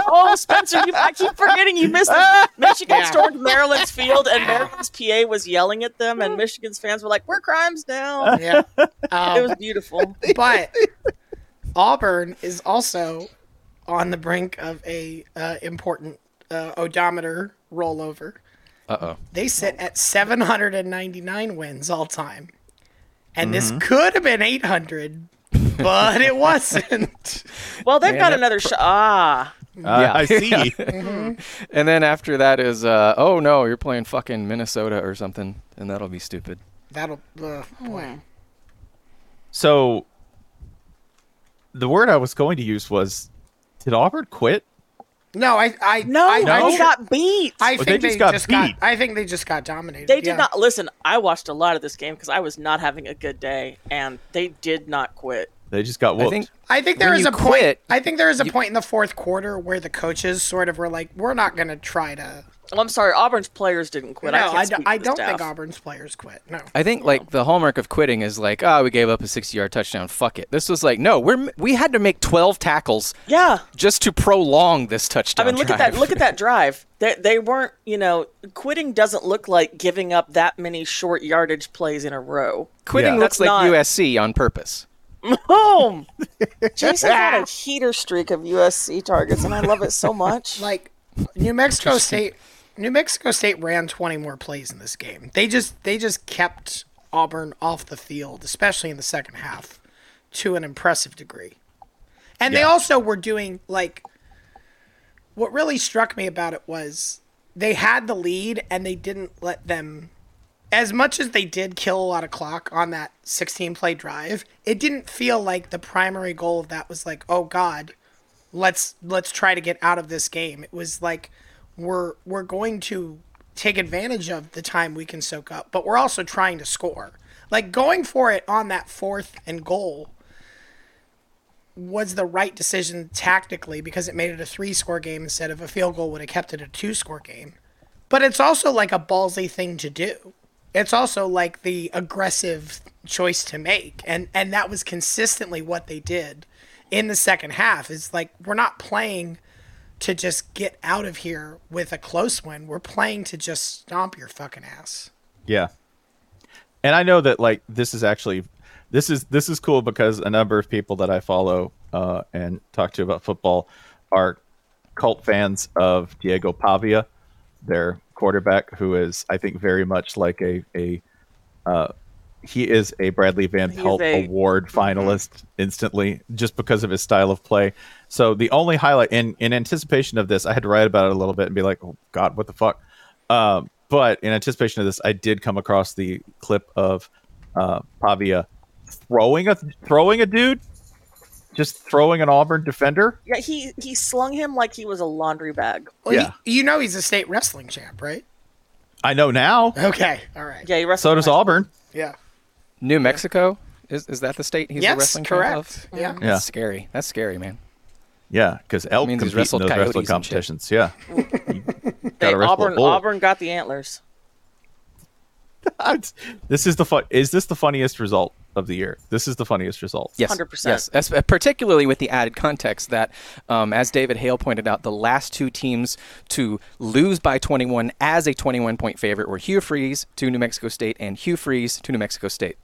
A: Oh, Spencer, you, I keep forgetting you missed it. Michigan stormed Maryland's field, and Maryland's PA was yelling at them, and Michigan's fans were like, "We're crimes down."
B: yeah. Um,
A: It was beautiful.
B: But Auburn is also on the brink of a uh, important uh, odometer rollover.
C: Uh-oh.
B: They sit at 799 wins all time. And this could have been 800, but it wasn't.
A: Well, they've got another shot. Ah,
D: Uh,
C: Yeah.
D: I see.
C: And then after that is uh, oh no, you're playing fucking Minnesota or something and that'll be stupid.
B: That'll uh, boy.
D: so the word I was going to use was did Auburn quit?
B: No, I, I
A: no,
B: I, I'm
A: they
B: sure-
A: got beat.
B: I
D: Well,
B: think they just, got,
D: beat.
B: I think they just got dominated.
A: they did
B: yeah.
A: not listen. I watched a lot of this game because I was not having a good day, and they did not quit.
D: They just got whooped.
C: I think
B: I think there
C: When
B: is
C: you
B: a point.
C: quit,
B: I think there is a point in the fourth quarter where the coaches sort of were like, "We're not going to try to."
A: Well, I'm sorry, Auburn's players didn't quit.
B: no,
A: I, can't
B: I,
A: speak for
B: do,
A: the
B: not
A: staff.
B: think Auburn's players quit. No,
C: I think like the hallmark of quitting is like, ah, we gave up a 60-yard touchdown. Fuck it. This was like, no, we're m- we had to make 12 tackles
A: Yeah,
C: just to prolong this touchdown.
A: I mean, look at that.
C: drive.
A: Look at that drive. They they weren't. You know, quitting doesn't look like giving up that many short yardage plays in a row.
C: Quitting
D: Yeah.
C: looks
A: That's
C: like
A: not-
C: USC on purpose.
A: Boom! Jason got a heater streak of USC targets, and I love it so much.
B: like New Mexico State. New Mexico State ran 20 more plays in this game. They just they just kept Auburn off the field, especially in the second half, to an impressive degree. And they also were doing like what really struck me about it was they had the lead and they didn't let them as much as they did kill a lot of clock on that 16 play drive, it didn't feel like the primary goal of that was like, "Oh god, let's let's try to get out of this game. It was like we're we're going to take advantage of the time we can soak up, but we're also trying to score. Like going for it on that fourth and goal was the right decision tactically because it made it a three score game instead of a field goal would have kept it a two score game. But it's also like a ballsy thing to do. It's also like the aggressive choice to make. And and that was consistently what they did in the second half. Is like we're not playing to just get out of here with a close win. We're playing to just stomp your fucking ass.
D: Yeah. And I know that like this is actually this is this is cool because a number of people that I follow uh, and talk to about football are cult fans of Diego Pavia, their quarterback, who is I think very much like a a uh, he is a Bradley Van
A: He's
D: Pelt
A: a-
D: Award finalist instantly just because of his style of play. So the only highlight in in anticipation of this, I had to write about it a little bit and be like, oh God, what the fuck. Um, but in anticipation of this, I did come across the clip of uh, Pavia throwing a throwing a dude, just throwing an Auburn defender.
A: Yeah, he he slung him like he was a laundry bag.
B: Well,
D: Yeah.
B: you, you know he's a state wrestling champ, right?
D: I know now.
B: Okay. All right.
A: Yeah, he wrestled.
D: So does Auburn.
B: Yeah.
C: New Mexico is is that the state he's a
B: yes,
C: wrestling fan
B: correct.
C: of?
B: Yeah.
D: Yeah.
C: That's scary. That's scary, man.
D: Yeah, because elk
C: means he's
D: compete in
C: wrestled
D: those
C: coyotes
D: wrestling
C: and
D: competitions. Yeah,
A: They,
D: Gotta wrestle a
A: Auburn
D: bull.
A: Auburn got the antlers.
D: this is the fun. Is this the funniest result of the year? This is the funniest result.
C: Yes,
A: 100%.
C: Yes, As- uh, particularly with the added context that, um, as David Hale pointed out, the last two teams to lose by 21 as a 21 point favorite were Hugh Freeze to New Mexico State and Hugh Freeze to New Mexico State.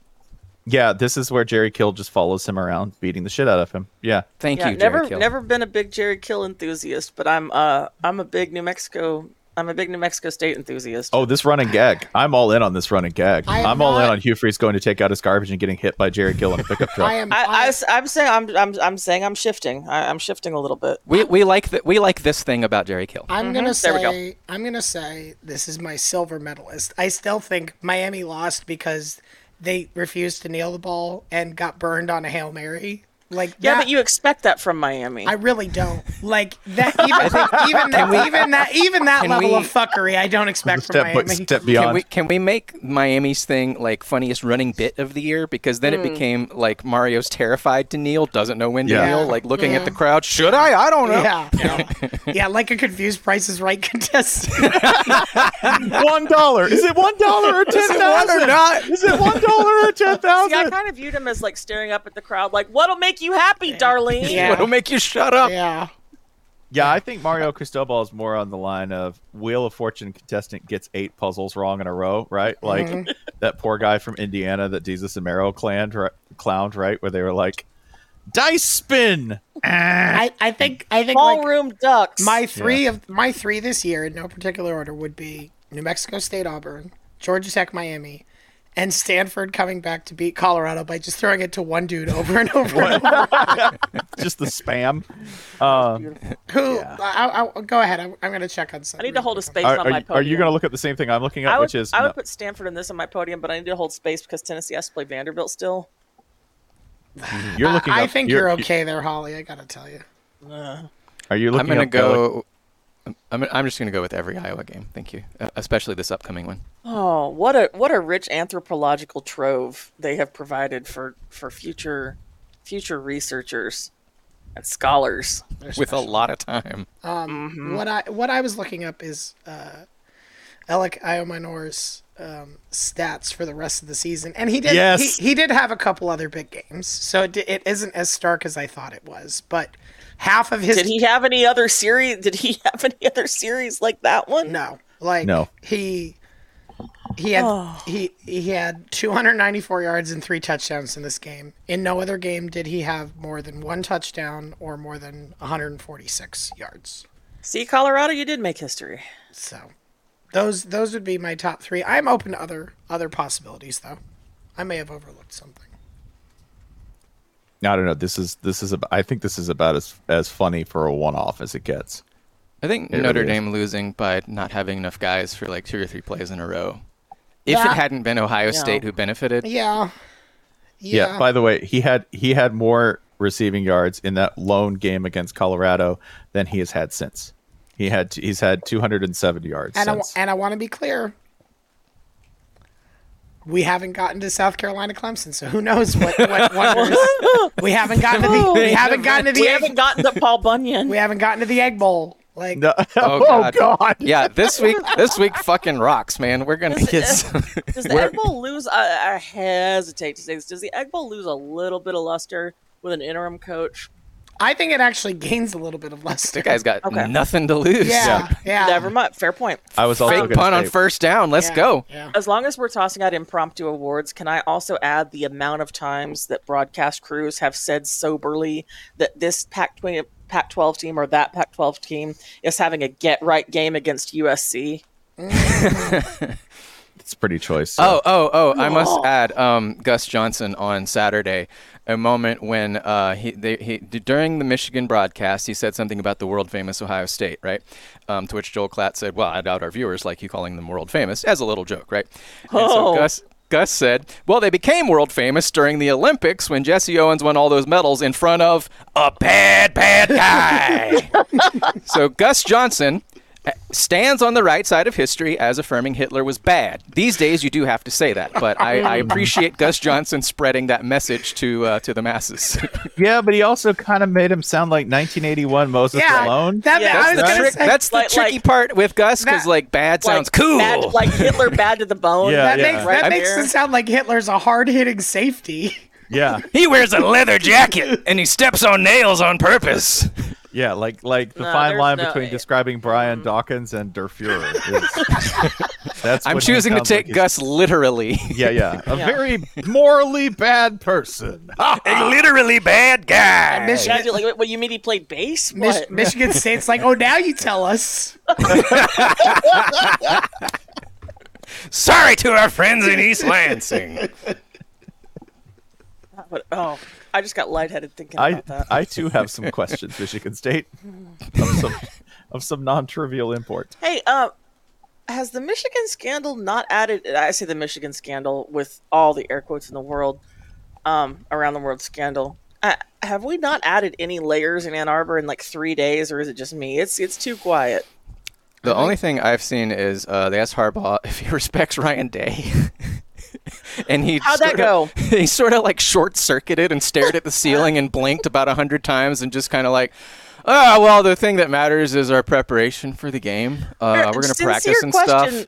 D: Yeah, this is where Jerry Kill just follows him around, beating the shit out of him. Yeah,
C: Thank
A: yeah,
C: you, Jerry
A: never
C: Kill.
A: never been a big Jerry Kill enthusiast, but I'm uh I'm a big New Mexico I'm a big New Mexico State enthusiast.
D: Oh, this running gag. I'm all in on this running gag.
B: I am
D: I'm all in
B: not-
D: on Hugh Freeze going to take out his garbage and getting hit by Jerry Gill in a pickup truck.
B: I am.
A: I, I am saying I'm I'm I'm saying I'm shifting. I, I'm shifting a little bit.
C: we, we like th- we like this thing about Jerry Kill.
B: I'm gonna
A: Mm-hmm. There we go.
B: say I'm gonna say this is my silver medalist. I still think Miami lost because they refused to kneel the ball and got burned on a hail mary. Like
A: Yeah,
B: that,
A: but you expect that from Miami.
B: I really don't like that. Even even that, even that even that
C: can
B: level
C: we-
B: of fuckery, I don't expect from
D: step,
B: Miami.
D: step
C: Can
D: beyond.
C: we can we make Miami's thing like funniest running bit of the year? Because then
B: Hmm.
C: it became like Mario's terrified to kneel, doesn't know when to
D: Yeah.
C: kneel, like looking
B: Hmm.
C: at the crowd. Should I? I don't know.
B: Yeah, yeah, like a confused Price is Right contestant.
D: one dollar. Is it one dollar or ten thousand?
C: not?
D: Is it one dollar or ten
A: See, I
D: thousand?
A: kind of viewed him as like staring up at the crowd, like, "What'll make you happy, darling?"
B: Yeah.
C: What'll make you shut up?
B: yeah,
D: Yeah, I think Mario Cristobal is more on the line of Wheel of Fortune contestant gets eight puzzles wrong in a row, right? Like that poor guy from Indiana that Jesus and Mero clowned, right, clowned, right? Where they were like, dice spin.
B: I, I think I think like,
A: Ballroom ducks.
B: My three of my three this year in no particular order would be New Mexico State Auburn, Georgia Tech Miami, and Stanford coming back to beat Colorado by just throwing it to one dude over and over. and over.
D: Just the spam. Uh,
B: Who? I, I, go ahead. I'm, I'm going to check on
A: I
B: something.
A: need to hold a space
D: are,
A: on
D: are,
A: my
D: you-
A: podium.
D: are you going to look at the same thing I'm looking at,
A: I would,
D: which is
A: I would
D: no.
A: put Stanford and this on my podium, but I need to hold space because Tennessee has to play Vanderbilt still.
D: you're looking.
B: I
D: up-
B: think you're, okay there, Holly. I got to tell you.
D: Are you
C: I'm
D: looking?
C: gonna
D: up Gaelic?
C: go. I'm, I'm just gonna go with every Iowa game. Thank you, Uh, especially this upcoming one.
A: Oh, what a what a rich anthropological trove they have provided for for future future researchers and scholars.
C: with a lot of time.
D: Mm-hmm.
B: What I what I was looking up is uh, Alec Iominore's um, stats for the rest of the season, and he did
D: Yes.
B: he, he did have a couple other big games, so it, di- it isn't as stark as I thought it was. But half of his
A: Did he have any other series? Did he have any other series like that one?
B: No, like
D: No.
B: he he had he he had 294 yards and three touchdowns in this game. In no other game did he have more than one touchdown or more than 146 yards.
A: See, Colorado, you did make history.
B: So those those would be my top three. I'm open to other other possibilities though. I may have overlooked something.
D: I don't know. This is this is. ab- I think this is about as as funny for a one off as it gets.
C: I think
D: really
C: Notre
D: is.
C: Dame losing by not having enough guys for like two or three plays in a row. If
B: Yeah.
C: it hadn't been Ohio State who benefited,
B: Yeah.
D: Yeah.
B: Yeah.
D: By the way, he had he had more receiving yards in that lone game against Colorado than he has had since. He had he's had 207 yards
B: And I, wa-
D: since.
B: and I want to be clear. We haven't gotten to South Carolina Clemson, so who knows what, what wonders. we haven't gotten to the we haven't gotten to the
A: We
B: egg,
A: haven't gotten to Paul Bunyan.
B: we haven't gotten to the egg bowl. Like
D: No-
C: Oh, God. Yeah, this week this week fucking rocks, man. We're gonna get some.
A: Does the Egg Bowl lose? I, I hesitate to say this. Does the Egg Bowl lose a little bit of luster with an interim coach?
B: I think it actually gains a little bit of luster.
C: guys got
A: Okay.
C: nothing to lose.
B: yeah, yeah.
A: Never mind. Fair point.
D: I was also
C: Fake
D: gonna
C: punt on
D: say-
C: first down. Let's
B: yeah,
C: go.
B: Yeah.
A: As long as we're tossing out impromptu awards, can I also add the amount of times that broadcast crews have said soberly that this Pac 12 Pac 12 team or that Pac 12 team is having a get right game against USC?
D: It's pretty choice. so-
C: Oh, oh, oh! I must add, um, Gus Johnson on Saturday, a moment when uh, he, they, he d- during the Michigan broadcast, he said something about the world famous Ohio State, right? Um, to which Joel Klatt said, "Well, I doubt our viewers like you calling them world famous," as a little joke, right? And so
A: Oh.
C: Gus. Gus said, "Well, they became world famous during the Olympics when Jesse Owens won all those medals in front of a bad, bad guy." So Gus Johnson uh, stands on the right side of history as affirming Hitler was bad. These days, you do have to say that, but I, I appreciate Gus Johnson spreading that message to uh, to the masses.
D: Yeah, but he also kind of made him sound like 1981 Moses
B: Yeah,
D: Malone.
B: That,
A: Yeah.
B: I
A: That's
B: was
C: the
B: gonna
C: trick-
B: say,
C: that's the
A: Like-
C: tricky
A: like-
C: part with Gus because
B: that-
C: like bad sounds
A: like,
C: cool.
A: Bad, like Hitler bad to the bone.
D: Yeah,
B: that
D: yeah.
B: makes that
A: Right
B: makes
A: there.
B: it sound like Hitler's a hard hitting safety.
D: yeah,
C: he wears a leather jacket and he steps on nails on purpose.
D: yeah, like like the
A: No,
D: fine
A: there's
D: line
A: no-
D: between describing
B: Mm.
D: Brian Dawkins and Der Fuhrer. is- that's
C: I'm
D: when he
C: choosing to
D: sounds
C: take
D: like he's-
C: Gus literally.
D: Yeah, yeah, a
A: Yeah.
D: very morally bad person.
C: a literally bad guy.
A: Yeah,
B: Michigan,
A: dude, like, what, you mean he played bass?
B: Mich-
A: What?
B: Michigan State's like, oh, now you tell us.
C: Sorry to our friends in East Lansing.
A: But, oh, I just got lightheaded thinking
D: I
A: about that.
D: I too have some questions, Michigan State, of some of some non-trivial import.
A: Hey, uh, has the Michigan scandal not added? I say the Michigan scandal with all the air quotes in the world, um, around the world scandal. Uh, have we not added any layers in Ann Arbor in like three days, or is it just me? It's it's too quiet.
C: The only thing I've seen is uh, they asked Harbaugh if he respects Ryan Day. and he
A: How'd that
C: sorta-
A: go?
C: He sort of like short circuited and stared at the ceiling and blinked about a hundred times and just kind of like, ah, well, the thing that matters is our preparation for the game. Uh, we're gonna
A: Sincere
C: practice and
A: question-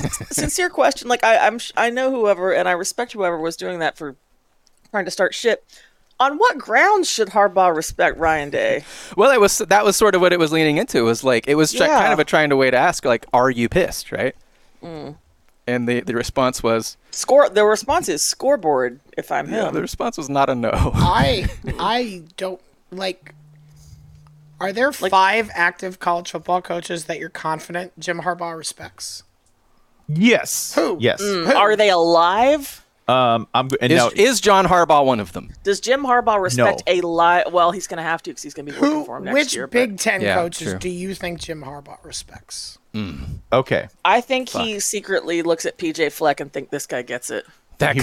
C: stuff.
A: sincere question. Like I, I'm, sh- I know whoever, and I respect whoever was doing that for trying to start shit. On what grounds should Harbaugh respect Ryan Day?
C: Well, it was that was sort of what it was leaning into. Was like it was tr-
A: Yeah. Mm.
C: kind of a trying to way to ask like, are you pissed, right? And the the response was,
A: Score. The response is scoreboard. If I'm
C: yeah,
A: him,
C: the response was not a no.
B: I I don't like. Are there five active college football coaches that you're confident Jim Harbaugh respects?
D: Yes.
B: Who?
D: Yes.
A: are they alive?
D: Um. I'm.
C: Mm.
D: And
C: Is,
D: now,
C: is John Harbaugh one of them?
A: Does Jim Harbaugh respect
D: No.
A: a live? Well, he's going to have to because he's going to be working
B: Who?
A: for him next
B: Which
A: year. but
B: Big Ten
C: Yeah,
B: coaches
C: true.
B: do you think Jim Harbaugh respects?
D: okay.
A: I think he secretly looks at PJ Fleck and think this guy gets it.
C: That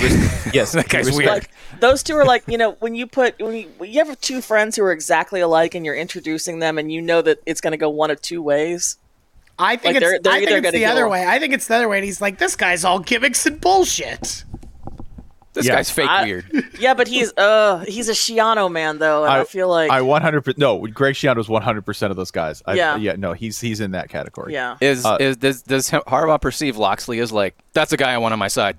D: Yes. That
C: guy's weird.
A: Like those two are like you know when you put when you, when you have two friends who are exactly alike and you're introducing them and you know that it's going to go one of two ways.
B: I
A: Like,
B: think it's,
A: they're- they're
B: I think
A: either
B: it's
A: gonna
B: the other
A: go-
B: way. I think it's the other way. And he's like, this guy's all gimmicks and bullshit.
C: This
D: Yeah.
C: guy's fake
A: I-
C: weird.
A: Yeah, but he's uh he's a Shiano man though, and I, feel like
D: I 100 no, Greg Schiano is 100% of those guys. I,
A: Yeah.
D: Yeah, no, he's he's in that category.
A: yeah.
C: Is
D: Uh,
C: is does, does Har- Harbaugh perceive Loxley as like that's a guy I want on my side?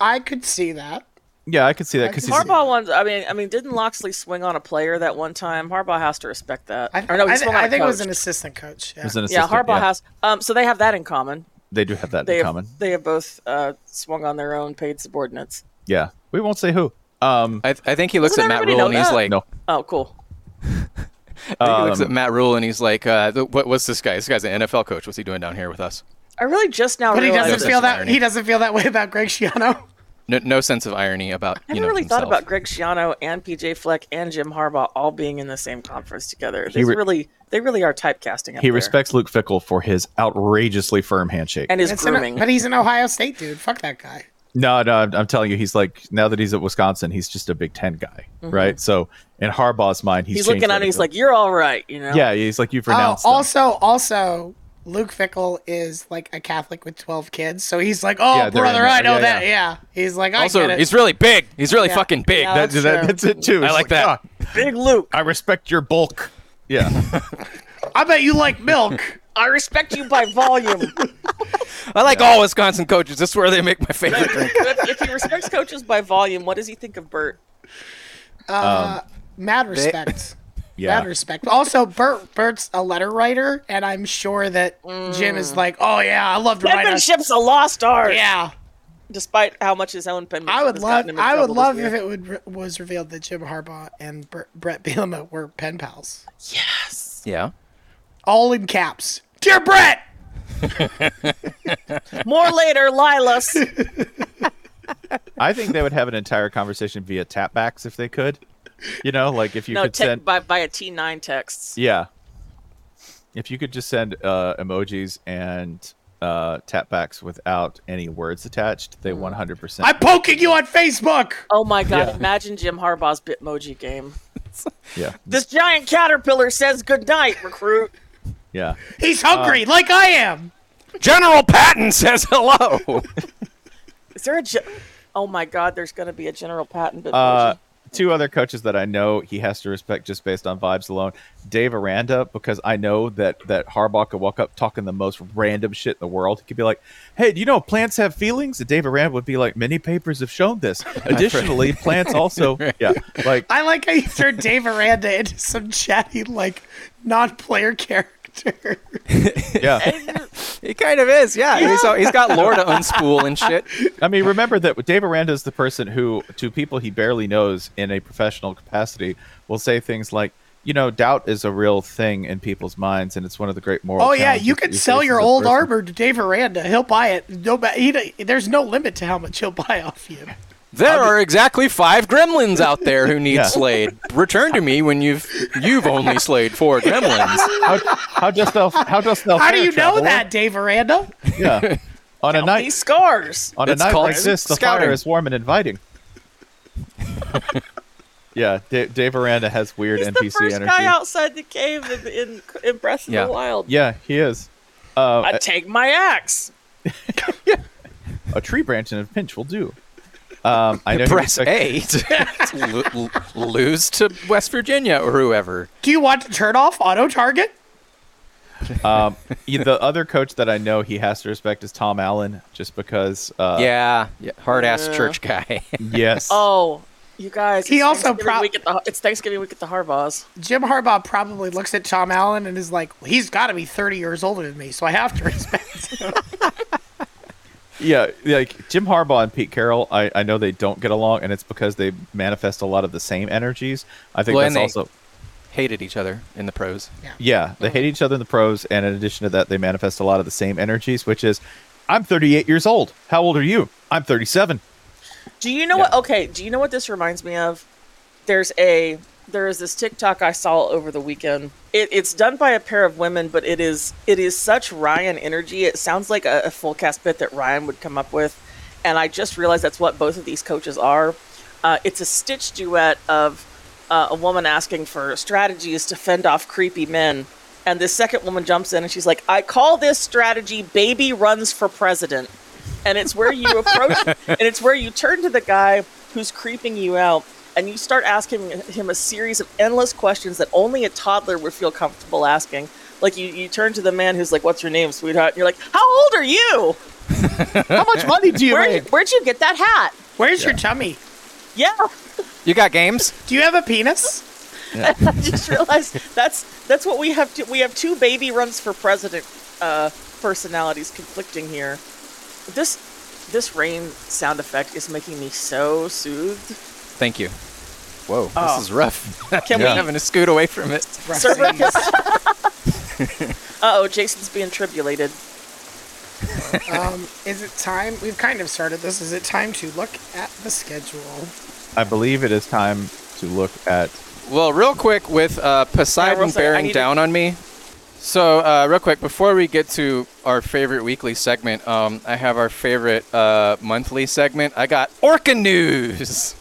B: I could see that.
D: Yeah, I could see that cuz he's
A: Harbaugh wants. I mean, I mean, didn't Loxley swing on a player that one time? Harbaugh has to respect that.
B: I,
A: or no, he
B: I,
A: swung on
B: I
A: a
B: think it was
A: coach.
B: an assistant coach. Yeah.
D: he's an
A: yeah,
D: assistant,
A: Harbaugh has. Um, so they have that in common.
D: They do have that
A: they
D: in
A: have,
D: common.
A: They have both uh, swung on their own paid subordinates.
D: Yeah. We won't say who. Um
C: I, I think he looks
A: Doesn't
C: at Matt
A: everybody
C: Rule and
A: know
C: he's
A: that?
C: like,
D: no.
A: Oh, cool.
C: I think he looks
D: Um,
C: at Matt Rule and he's like, uh, th- what, what's this guy? This guy's an NFL coach. What's he doing down here with us?
A: I really just now
B: But he
A: realized.
B: doesn't
C: There's
B: feel
C: some
B: that
C: irony.
B: he doesn't feel that way about Greg Schiano.
C: No, no sense of irony about
A: I
C: you
A: never
C: know
A: really
C: himself.
A: thought about Greg Schiano and PJ Fleck and Jim Harbaugh all being in the same conference together. They
D: re-
A: really, they really are typecasting. Up
D: he
A: there.
D: respects Luke Fickle for his outrageously firm handshake.
A: and his
B: It's an-
A: grooming.
B: but he's an Ohio State dude. Fuck that guy.
D: No, no, I'm, I'm telling you, he's like now that he's at Wisconsin, he's just a Big Ten guy, right? So in Harbaugh's mind, he's,
A: Mm-hmm. He's looking at it. He's like, "You're all right," you know.
D: yeah, he's like you've
B: Oh,
D: renounced. them."
B: also, also, Luke Fickle is like a Catholic with twelve kids, so he's like, "Oh,
D: Yeah, they're
B: brother,
D: in
B: I
D: there.
B: know
D: Yeah,
B: that." Yeah. he's like, "I
C: Also,
B: get it."
C: he's really big. He's really
B: Yeah.
C: fucking big.
B: Yeah.
D: That-
B: That's
D: that-
B: true.
D: that's it too. It's
C: like that.
D: "Ah,
A: Big Luke,
D: I respect your bulk. Yeah,
B: I bet you like milk.
A: I respect you by volume.
C: I like all Wisconsin coaches. That's where they make my favorite drink.
A: if, if he respects coaches by volume, what does he think of Bert?
B: Mad respect.
D: yeah.
B: Mad respect. Also, Bert Bert's a letter writer, and I'm sure that Jim
A: Mm.
B: is like, "Oh yeah, I love to write." a-"
A: Penmanship's a lost art.
B: Yeah,
A: Despite how much his own penmanship.
B: I would
A: has
B: love.
A: gotten him in
B: I would
A: trouble this
B: love
A: year.
B: if it would re- was revealed that Jim Harbaugh and Bert, Brett Bielema were pen pals,
A: Yes.
C: Yeah.
B: all in caps. Dear Brett,
A: More later, Lilas.
D: I think they would have an entire conversation via tapbacks if they could. You know, like if you
A: no,
D: could
A: tech
D: send,
A: by by a T nine texts.
D: yeah, if you could just send uh, emojis and uh, tapbacks without any words attached,
A: Mm-hmm.
D: they 100. percent
B: I'm poking you on Facebook.
A: Oh my God!
D: Yeah.
A: Imagine Jim Harbaugh's Bitmoji game.
D: Yeah,
A: This giant caterpillar says good night, recruit.
D: yeah.
B: He's
D: Uh,
B: hungry, like I am.
C: General Patton says hello.
A: Is there a? Ge- oh my God! There's going to be a General Patton Bitmoji.
D: Uh, two other coaches that I know he has to respect just based on vibes alone. Dave Aranda, because I know that that Harbaugh could walk up talking the most random shit in the world. He could be like, "Hey, do you know plants have feelings?" And Dave Aranda would be like, "Many papers have shown this. Additionally, plants also, yeah, like."
B: I like how you turned Dave Aranda into some chatty, like, non-player character.
D: Yeah.
C: he kind of is. Yeah. He's, uh, he's got lore to unspool and shit.
D: I mean, remember that Dave Aranda is the person who, to people he barely knows in a professional capacity, will say things like, you know, doubt is a real thing in people's minds, and it's one of the great moral.
B: Oh yeah, you
D: can
B: could sell your old armor to Dave Aranda. He'll buy it. No, ma- he, d- there's no limit to how much he'll buy off you.
C: There are exactly five gremlins out there who need
D: Yeah.
C: slayed. Return to me when you've you've only slayed four gremlins.
D: How, how dost thou? How dost thou?
B: How do
D: fare,
B: you know
D: traveler?
B: that, Dave Aranda?
D: Yeah. On a
A: These
D: night,
A: scars.
D: on a
C: It's
D: night
C: called
D: like this, the
C: scouting.
D: fire is warm and inviting. yeah, Da- Dave Aranda has weird
A: He's the
D: NPC
A: first
D: energy.
A: guy outside the cave in, in, in Breath of
C: Yeah.
A: the Wild.
D: Yeah, he is. Uh,
A: I take my axe.
D: a tree branch and a pinch will do. Um, I know he
C: Press
D: respects-
C: A to lo- lo- lose to West Virginia or whoever.
B: Do you want to turn off auto target?
D: he- the other coach that I know he has to respect is Tom Allen, just because. Uh,
C: yeah, yeah hard ass
A: Yeah.
C: church guy.
D: Yes.
A: Oh, you guys.
B: He
A: it's
B: also
A: Thanksgiving
B: prob-
A: week at the, it's Thanksgiving week at the Harbaugh's.
B: Jim Harbaugh probably looks at Tom Allen and is like, well, "He's got to be 30 years older than me, so I have to respect." him."
D: Yeah. Like Jim Harbaugh and Pete Carroll, I, I know they don't get along, and it's because they manifest a lot of the same energies. I think
C: Well,
D: that's
C: and they-
D: also.
C: Hated each other in the pros.
D: Yeah, they hate each other in the pros, and in addition to that, they manifest a lot of the same energies, which is, I'm 38 years old. How old are you? I'm 37.
A: Do you know what? Okay, do you know what this reminds me of? There's a there is this TikTok I saw over the weekend. It, it's done by a pair of women, but it is it is such Ryan energy. It sounds like a, a full cast bit that Ryan would come up with, and I just realized that's what both of these coaches are. Uh, it's a stitch duet of uh, a woman asking for strategies to fend off creepy men, and this second woman jumps in and she's like, "I call this strategy baby runs for president." and it's where you approach and it's where you turn to the guy who's creeping you out and you start asking him a series of endless questions that only a toddler would feel comfortable asking like you, you turn to the man who's like what's your name sweetheart and you're like how old are you
D: How much money do you
A: Where,
D: make?
A: where'd you get that hat
B: Where's your tummy?
A: yeah
C: You got games?
B: Do you have a penis?
A: i just realized that's that's what we have to, we have two baby runs for president uh, personalities conflicting here this this rain sound effect is making me so soothed
C: Thank you. Whoa,
A: Oh.
C: this is rough.
A: Can
C: Can
A: Yeah. we-
C: we having to scoot away from it?
B: Rusty's.
A: Uh oh, Jason's being tribulated.
B: um, is it time? We've kind of started this. Is it time to look at the schedule?
D: I believe it is time to look at.
C: Well, real quick with uh,
A: Yeah, real
C: Poseidon
A: quick, I
C: bearing
A: need to-
C: down on me, So, uh, real quick, before we get to our favorite weekly segment, um, I have our favorite uh, monthly segment. I got Orca News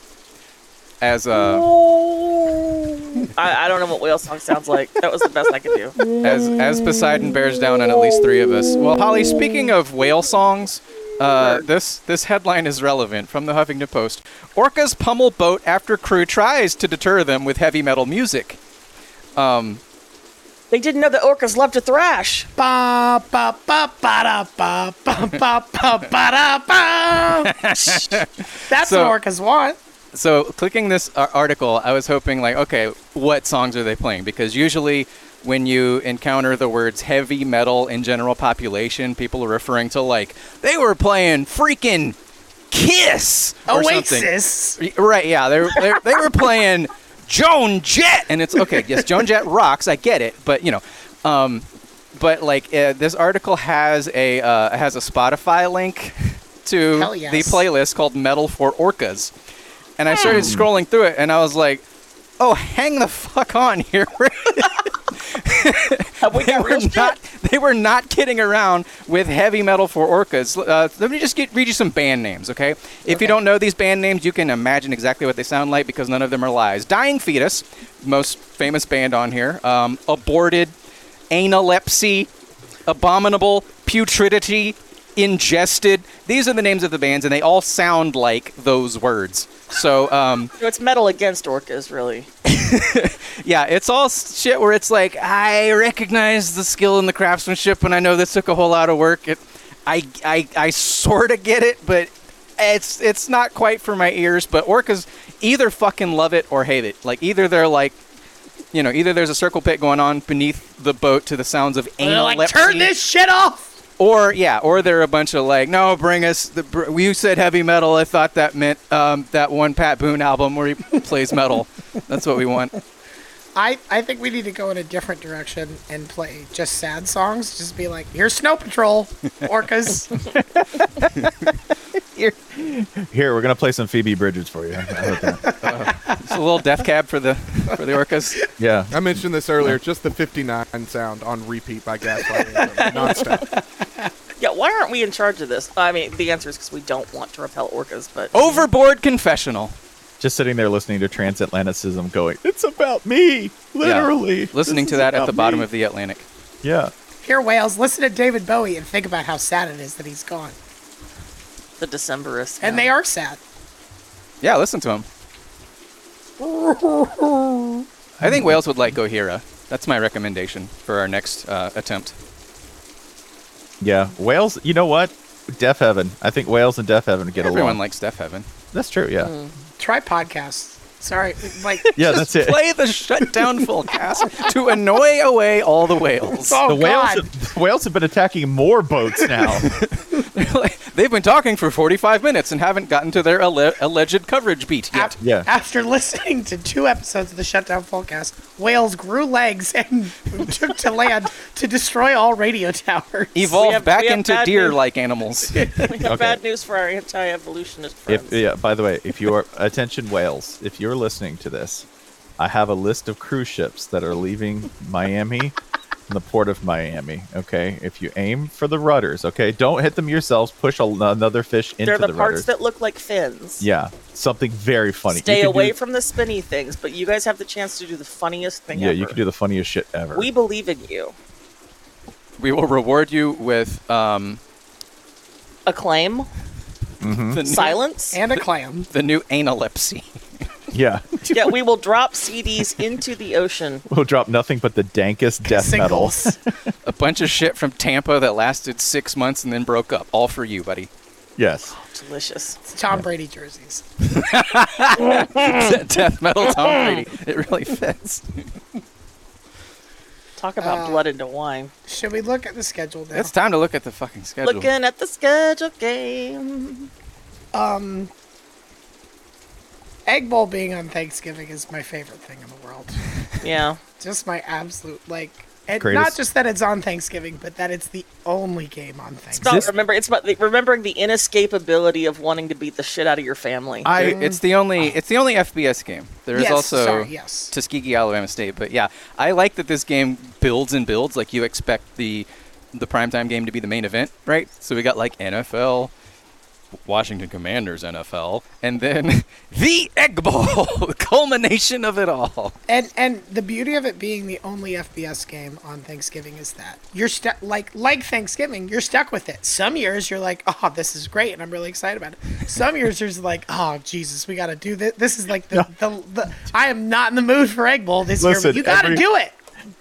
C: as uh,
D: Oh.
A: I, I don't know what whale song sounds like. That was the best I could do.
C: as as Poseidon bears down on at least three of us. Well, Holly, speaking of whale songs, uh, this this headline is relevant from the Huffington Post. Orcas pummel boat after crew tries to deter them with heavy metal music.
A: They didn't know that orcas love to thrash.
B: Ba ba ba ba da ba ba ba ba ba da ba. That's
C: So-
B: what orcas want.
C: so clicking this ar- article, I was hoping like, okay, what songs are they playing? Because usually when you encounter the words heavy metal in general population, people are referring to like they were playing freaking Kiss or something.
B: Oasis.
C: Y- Right, yeah. They, they, they were playing Joan Jett. And it's okay, yes, Joan Jett rocks. I get it. But, you know, um, but like uh, this article has a uh, has a Spotify link to
B: Hell
C: the
B: yes.
C: playlist called Metal for Orcas. And I
A: Hmm.
C: started scrolling through it and I was like, oh, hang the fuck on here.
A: Have we
C: they
A: got
C: were
A: real shit?
C: not they were not kidding around with heavy metal for orcas. Uh, let me just get, read you some band names, okay? If you don't know these band names, you can imagine exactly what they sound like because none of them are lies. Dying Fetus, most famous band on here. Um, aborted, Analepsy, Abominable, Putridity, Ingested. These are the names of the bands, and they all sound like those words. So. Um,
A: So it's metal against orcas, really.
C: yeah, it's all s- shit where it's like I recognize the skill and the craftsmanship, and I know this took a whole lot of work. It, I, I, I sort of get it, but it's it's not quite for my ears. But orcas either fucking love it or hate it. Like either they're like, you know, either there's a circle pit going on beneath the boat to the sounds of
B: They're
C: anal
B: like, turn this shit off.
C: or yeah, or they're a bunch of like, no, bring us the. Br- you said heavy metal. I thought that meant um, that one Pat Boone album where he plays metal. That's what we want.
B: I, I think we need to go in a different direction and play just sad songs. Just be like, here's Snow Patrol, orcas.
D: Here, we're gonna play some Phoebe Bridgers for you. I hope that-
C: It's a little death cab for the for the orcas.
D: yeah.
E: I mentioned this earlier. Just the 59 sound on repeat by Gaslight Anthem, nonstop.
A: Yeah, why aren't we in charge of this? I mean, the answer is because we don't want to repel orcas, but
D: Oh.
C: Overboard confessional.
D: Just sitting there listening to transatlanticism, going, "It's about me, literally."
C: Listening
D: This
C: to
D: is
C: that at the
D: about
C: bottom
D: me."
C: of the Atlantic.
D: yeah.
B: Here, whales, listen to David Bowie and think about how sad it is that he's gone.
A: the Decemberists.
B: And they are sad.
C: Yeah, listen to him. I think whales would like Gohira. That's my recommendation for our next uh, attempt.
D: Yeah, Wales. You know what? Deaf Heaven. I think Wales and Deaf Heaven get
C: Everyone
D: along.
C: likes Deaf Heaven.
D: that's true. Yeah,
B: Try podcasts. Sorry. Like,
D: yeah,
C: Just
D: that's it.
C: Play the shutdown full cast to annoy away all the whales.
B: oh,
D: the whales,
B: God.
D: have, the whales have been attacking more boats now.
C: Like, They've been talking for 45 minutes and haven't gotten to their alle- alleged coverage beat yet.
B: Af-
D: Yeah.
B: After listening to two episodes of the Shutdown Fullcast, whales grew legs and took to land to destroy all radio towers.
C: Evolve
A: We have-
C: back
A: we have
C: into
A: bad news.
C: deer-like animals.
A: we have bad news for our anti-evolutionist friends.
D: If yeah, by the way, if you are attention Wales, if you're listening to this, I have a list of cruise ships that are leaving Miami from the port of Miami. Okay, if you aim for the rudders, okay, don't hit them yourselves. Push a, another fish into
A: They're
D: the,
A: the, parts
D: rudders.
A: that look like fins.
D: yeah, something very funny. You
A: Stay
D: can
A: away
D: do-
A: from the spinny things, but you guys have the chance to do the funniest thing
D: Yeah,
A: ever.
D: you can do the funniest shit ever.
A: We believe in you.
C: we will reward you with um,
A: Acclaim,
C: the new-
A: silence.
B: and a clam.
C: the new analepsy.
D: yeah,
A: yeah, we will drop CDs into the ocean.
D: we'll drop nothing but the dankest death metal.
B: Singles.
C: A bunch of shit from Tampa that lasted six months and then broke up. All for you, buddy.
D: Yes.
A: Delicious.
B: Tom Brady jerseys.
A: Hmm.
C: Death metal Tom Brady. It really fits.
A: Talk
D: Uh,
A: about blood into wine.
B: Should we look at the schedule now?
C: It's time to look at the fucking schedule.
A: Looking at the schedule game.
B: Egg Bowl being on Thanksgiving is my favorite thing in the world.
A: Yeah.
B: Just my absolute like And
D: Greatest-
B: not just that it's on Thanksgiving, but that it's the only game on Thanksgiving.
A: About
D: This-
A: remember, it's about the, remembering the inescapability of wanting to beat the shit out of your family.
D: I
C: it's the only it's the only FBS game. There is
B: Yes,
C: also
B: sorry, yes.
C: Tuskegee, Alabama State, but yeah, I like that this game builds and builds. Like you expect the the primetime game to be the main event, right? So we got like NFL, Washington Commanders NFL, and then the Egg Bowl, culmination of it all.
B: And and the beauty of it being the only FBS game on Thanksgiving is that you're stuck like like Thanksgiving, you're stuck with it. Some years you're like, oh, this is great, and I'm really excited about it. Some years you're just like, oh, Jesus, we got to do this. This is like the, the, the I am not in the mood for Egg Bowl this year.
D: Listen,
B: But you got to
D: every-
B: do it.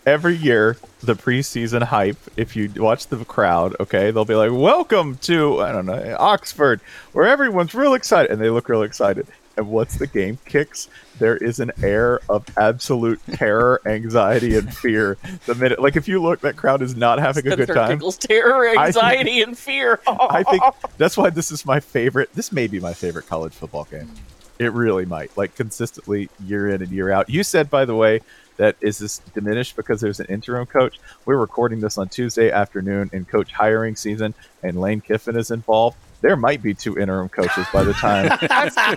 D: every year the preseason hype if you watch the crowd okay they'll be like welcome to i don't know oxford where everyone's real excited and they look real excited and once the game kicks there is an air of absolute terror anxiety and fear the minute like if you look that crowd is not having a
A: Spencer
D: good time
A: Giggles, terror,
D: I- Oh.
A: anxiety, and fear.
D: i think that's why this is my favorite this may be my favorite college football game it really might like consistently year in and year out you said by the way that is this diminished because there's an interim coach. We're recording this on Tuesday afternoon in coach hiring season, and Lane Kiffin is involved. There might be two interim coaches by the time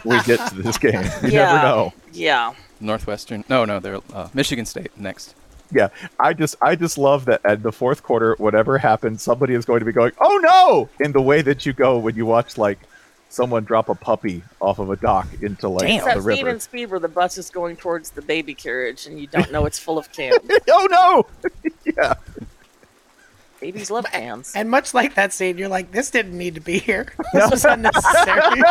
D: we get to this game. You never
A: Yeah.
D: know.
A: Yeah.
C: Northwestern, no, no, they're uh, Michigan State next.
D: Yeah, I just, I just love that at the fourth quarter, whatever happened, somebody is going to be going, "Oh no!" in the way that you go when you watch like someone drop a puppy off of a dock into like
C: Damn.
D: the
A: Except
D: river.
A: Speed and Speed, where the bus is going towards the baby carriage, and you don't know it's full of cans.
D: oh no!
A: Babies love cans.
B: And much like that scene, you're like, this didn't need to be here. This was unnecessary.